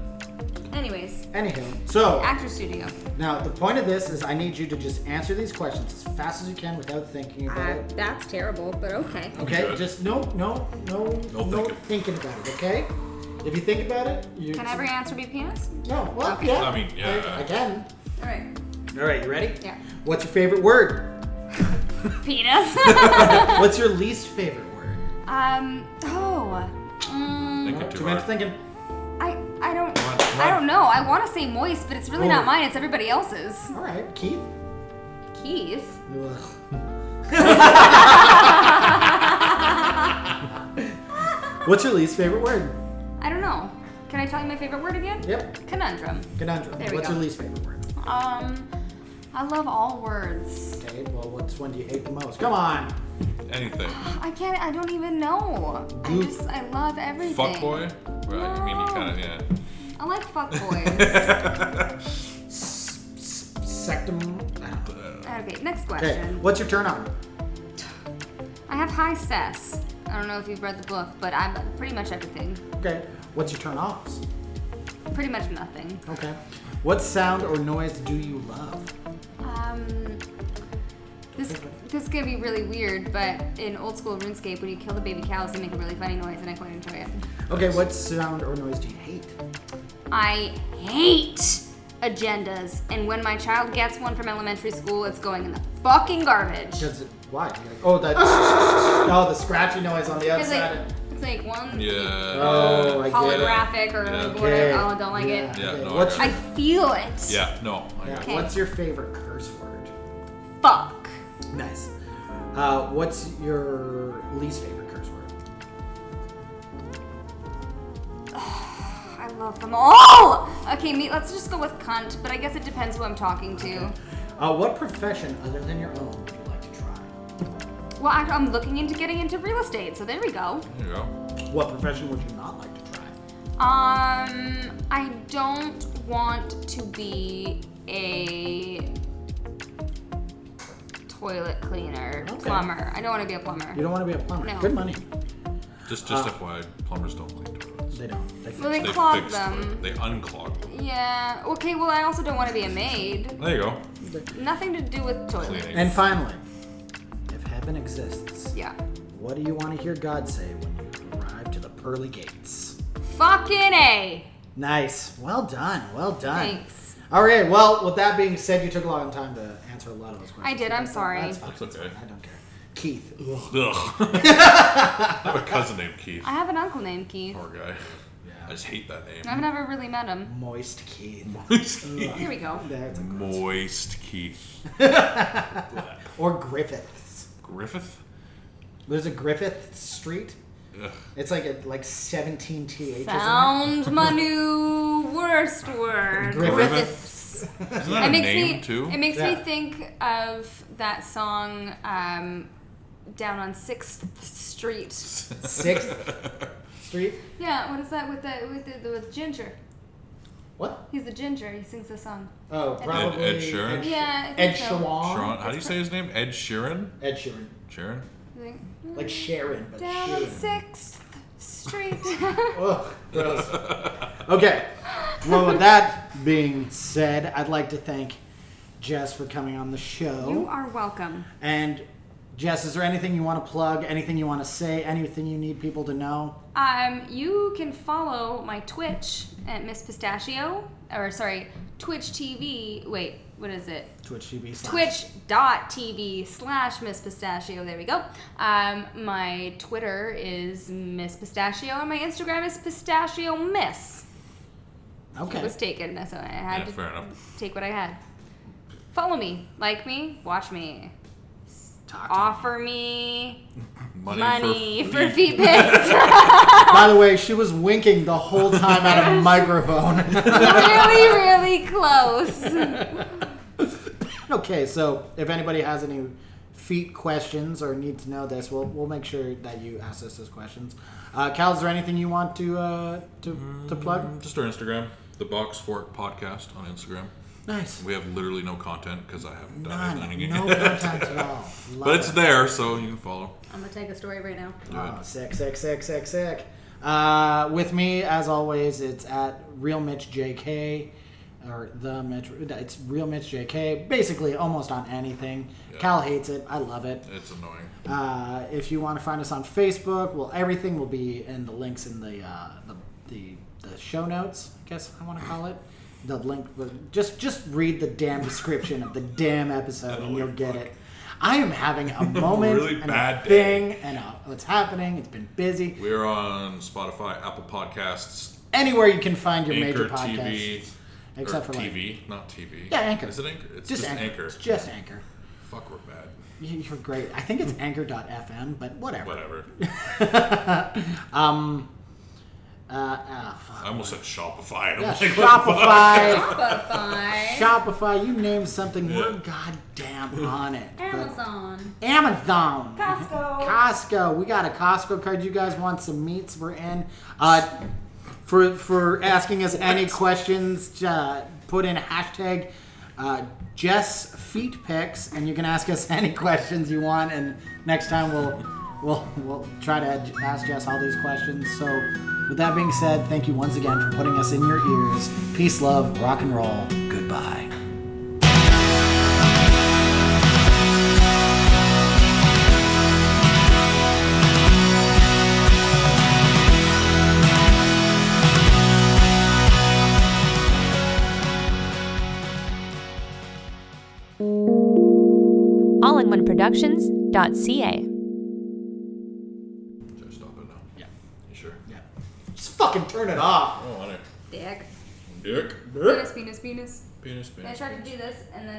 Speaker 2: Anyways,
Speaker 3: Anywho, so
Speaker 2: actor studio.
Speaker 3: Now, the point of this is I need you to just answer these questions as fast as you can without thinking about
Speaker 2: Uh,
Speaker 3: it.
Speaker 2: that's terrible, but okay.
Speaker 3: Okay?
Speaker 4: good.
Speaker 3: Just no, no, no, no,
Speaker 4: No thinking.
Speaker 3: thinking about it, okay? If you think about it, you
Speaker 2: Can every answer be penis?
Speaker 3: No, well,
Speaker 2: Okay.
Speaker 3: yeah.
Speaker 4: I mean, Um, yeah.
Speaker 3: I, I can.
Speaker 2: All right.
Speaker 3: All right, you ready?
Speaker 2: Yeah.
Speaker 3: What's your favorite word?
Speaker 2: Penis.
Speaker 3: What's your least favorite word?
Speaker 2: um. Oh. Mm,
Speaker 4: Thinking too
Speaker 3: Too much
Speaker 4: hard.
Speaker 3: thinking.
Speaker 2: I I don't
Speaker 4: Come on, come
Speaker 2: I
Speaker 4: on.
Speaker 2: don't know. I want to say moist, but it's really
Speaker 3: Oh.
Speaker 2: not mine. It's everybody else's.
Speaker 3: All right, Keith.
Speaker 2: Keith.
Speaker 3: What's your least favorite word?
Speaker 2: I don't know. Can I tell you my favorite word again?
Speaker 3: Yep.
Speaker 2: Conundrum.
Speaker 3: Conundrum.
Speaker 2: There we
Speaker 3: What's
Speaker 2: go.
Speaker 3: your least favorite word?
Speaker 2: Um, I love all words.
Speaker 3: Okay, well, what's one do you hate the most? Come on.
Speaker 4: Anything.
Speaker 2: I can't. I don't even know. I
Speaker 3: Goop.
Speaker 2: just I love everything.
Speaker 4: Fuck boy. Well, I mean, you kind of yeah.
Speaker 2: I like fuck boys.
Speaker 3: S- Sectum. I don't know.
Speaker 2: okay. Next
Speaker 3: Okay,
Speaker 2: question.
Speaker 3: what's your turn on?
Speaker 2: I have high cess. I don't know if you've read the book, but I'm pretty much everything.
Speaker 3: Okay. What's your turn offs?
Speaker 2: Pretty much nothing.
Speaker 3: Okay. What sound or noise do you love?
Speaker 2: Um, this this is gonna be really weird, but in old school RuneScape, when you kill the baby cows, they make a really funny noise, and I quite enjoy it.
Speaker 3: Okay, what sound or noise do you hate?
Speaker 2: I hate agendas, and when my child gets one from elementary school, it's going in the fucking garbage.
Speaker 3: Does it why? You're like, oh that Oh the scratchy noise on the
Speaker 2: It's like
Speaker 3: outside.
Speaker 2: it's like one
Speaker 4: Yeah.
Speaker 3: Oh I get it.
Speaker 2: holographic or
Speaker 4: Yeah.
Speaker 2: like
Speaker 3: Okay.
Speaker 2: whatever. Oh, I don't like it.
Speaker 4: Yeah,
Speaker 3: okay,
Speaker 4: no, I
Speaker 3: what's
Speaker 2: I
Speaker 4: got
Speaker 3: your,
Speaker 4: it.
Speaker 2: feel it.
Speaker 4: Yeah. No. I
Speaker 3: yeah,
Speaker 4: got it.
Speaker 2: Okay.
Speaker 3: what's your favorite curse word?
Speaker 2: Fuck.
Speaker 3: Nice. Uh, what's your least favorite curse word?
Speaker 2: I love them all. Okay, me. Let's just go with cunt, but I guess it depends who I'm talking to.
Speaker 3: Uh, what profession other than your own would you like to try?
Speaker 2: Well, I, I'm looking into getting into real estate, so there we go.
Speaker 4: There you go.
Speaker 3: What profession would you not like to try?
Speaker 2: Um, I don't want to be a toilet cleaner,
Speaker 3: Okay.
Speaker 2: plumber. I don't want to be a plumber.
Speaker 3: You don't want to be a plumber.
Speaker 2: No.
Speaker 3: Good money.
Speaker 4: Just, just
Speaker 3: Uh,
Speaker 4: FYI, plumbers don't clean toilets.
Speaker 3: They don't. They fix
Speaker 2: Well, they
Speaker 3: it.
Speaker 4: They
Speaker 2: clog
Speaker 4: fix
Speaker 2: them.
Speaker 4: toilets. They unclog them.
Speaker 2: Yeah. Okay. Well, I also don't want to be a maid.
Speaker 4: There you go.
Speaker 2: Nothing to do with toilets.
Speaker 4: Cleaning.
Speaker 3: And finally, if heaven exists,
Speaker 2: Yeah.
Speaker 3: what do you want to hear God say when you arrive to the pearly gates?
Speaker 2: Fucking a.
Speaker 3: Nice. Well done. Well done.
Speaker 2: Thanks.
Speaker 3: All right. Well, with that being said, you took a long time to answer a lot of those questions.
Speaker 2: I did, I'm
Speaker 3: That's
Speaker 2: sorry.
Speaker 3: That's fine.
Speaker 4: That's
Speaker 3: That's
Speaker 4: okay.
Speaker 3: fine. I don't care. Keith. Ugh.
Speaker 4: Ugh. I have a cousin named Keith.
Speaker 2: I have an uncle named Keith.
Speaker 4: Poor guy. I
Speaker 3: Yeah.
Speaker 4: just hate that name.
Speaker 2: I've never really met him.
Speaker 3: Moist Keith.
Speaker 4: Moist Keith.
Speaker 2: Here we go.
Speaker 3: That's a gross.
Speaker 4: Moist Keith. Blech.
Speaker 3: Or Griffiths.
Speaker 4: Griffith?
Speaker 3: There's a Griffith Street.
Speaker 4: Ugh.
Speaker 3: It's like a, like 17 THs. in there.
Speaker 2: Found my new worst word.
Speaker 3: Griffith.
Speaker 2: Griffiths.
Speaker 4: Isn't that
Speaker 2: It
Speaker 4: a
Speaker 2: makes
Speaker 4: name
Speaker 2: me.
Speaker 4: too?
Speaker 2: It makes
Speaker 3: Yeah.
Speaker 2: me think of that song um, down on Sixth Street.
Speaker 3: Sixth Street.
Speaker 2: Yeah. What is that with the with the, with Ginger?
Speaker 3: What?
Speaker 2: He's the Ginger. He sings the song.
Speaker 3: Oh, probably
Speaker 4: Ed Sheeran?
Speaker 2: Yeah. I
Speaker 3: Ed
Speaker 2: think so.
Speaker 3: Sheeran.
Speaker 4: Sharon, how do you say his name? Ed Sheeran?
Speaker 3: Ed Sheeran.
Speaker 4: Sharon?
Speaker 2: I think-
Speaker 3: Like Sharon, but
Speaker 2: mm, Down on
Speaker 3: Sheeran.
Speaker 2: Sixth Street.
Speaker 3: Ugh, gross. okay. Well, with that being said, I'd like to thank Jess for coming on the show.
Speaker 2: you are welcome.
Speaker 3: and Jess, is there anything you want to plug? Anything you want to say? Anything you need people to know?
Speaker 2: Um, you can follow my Twitch at Miss Pistachio, or sorry, Twitch TV. Wait, what is it?
Speaker 3: Twitch TV. slash-
Speaker 2: Twitch.tv slash Miss Pistachio. There we go. Um, my Twitter is Miss Pistachio, and my Instagram is Pistachio Miss. It
Speaker 3: Okay.
Speaker 2: was taken, so I had
Speaker 4: Yeah,
Speaker 2: to
Speaker 4: fair enough.
Speaker 2: take what I had. Follow me, like me, watch me,
Speaker 3: Talk to me.
Speaker 2: offer me
Speaker 4: Money,
Speaker 2: money
Speaker 4: for,
Speaker 2: for feet
Speaker 4: feet.
Speaker 2: pics.
Speaker 3: By the way, she was winking the whole time at a microphone.
Speaker 2: really, really close.
Speaker 3: okay, so if anybody has any feet questions or need to know this, we'll, we'll make sure that you ask us those questions. Uh, Cal, is there anything you want to uh, to, to plug?
Speaker 4: Just our Instagram, the Box Fork Podcast on Instagram.
Speaker 3: Nice.
Speaker 4: We have literally no content because I haven't done
Speaker 3: None.
Speaker 4: anything
Speaker 3: No
Speaker 4: yet.
Speaker 3: contact at all. Love
Speaker 4: but it's
Speaker 3: it.
Speaker 4: there, so you can follow.
Speaker 7: I'm gonna take a story right now.
Speaker 4: Do
Speaker 3: Oh,
Speaker 4: it.
Speaker 3: sick, sick, sick, sick, sick. Uh, with me, as always, it's at Real Mitch JK or the Mitch. It's Real Mitch JK. Basically, almost on anything.
Speaker 4: Yeah.
Speaker 3: Cal hates it. I love it.
Speaker 4: It's annoying.
Speaker 3: Uh, if you want to find us on Facebook, well, everything will be in the links in the uh, the, the the show notes. I guess I want to call it the link. But just just read the damn description of the damn episode, and you'll get it. I am having a moment,
Speaker 4: Really
Speaker 3: and
Speaker 4: bad
Speaker 3: a
Speaker 4: day.
Speaker 3: thing, and a, what's happening. It's been busy.
Speaker 4: We're on Spotify, Apple Podcasts,
Speaker 3: Anywhere you can find your
Speaker 4: Anchor
Speaker 3: major podcast,
Speaker 4: TV,
Speaker 3: except
Speaker 4: or
Speaker 3: for like,
Speaker 4: TV, not TV.
Speaker 3: Yeah, Anchor.
Speaker 4: Is it Anchor? It's
Speaker 3: just,
Speaker 4: just,
Speaker 3: anchor.
Speaker 4: Anchor.
Speaker 3: It's just Anchor.
Speaker 4: Fuck, we're bad.
Speaker 3: You- You're great. I think it's Anchor.fm, but whatever.
Speaker 4: Whatever.
Speaker 3: Um. Uh, ah, fuck.
Speaker 4: I almost said Shopify. and I'm
Speaker 3: Yeah,
Speaker 4: like, what the fuck?
Speaker 3: Shopify.
Speaker 7: But fine.
Speaker 3: Shopify, you name something, we're
Speaker 4: Yeah.
Speaker 3: goddamn on it. But-
Speaker 7: Amazon.
Speaker 3: Amazon.
Speaker 7: Mm-hmm.
Speaker 2: Costco.
Speaker 3: Costco. We got a Costco card. You guys want some meats? We're in. Uh, for for asking us any questions, uh, put in hashtag uh, Jess Feet Picks, and you can ask us any questions you want. And next time we'll we'll we'll try to ask Jess all these questions. So with that being said, thank you once again for putting us in your ears. Peace, love, rock and roll. Goodbye.
Speaker 8: allingoneproductions.ca.
Speaker 4: Should I stop it now?
Speaker 3: Yeah.
Speaker 4: You sure?
Speaker 3: Yeah. Just fucking turn it off.
Speaker 4: Oh, I
Speaker 7: Dick.
Speaker 4: Dick.
Speaker 2: Penis, penis, penis.
Speaker 4: Penis, penis.
Speaker 2: I tried to do this and then.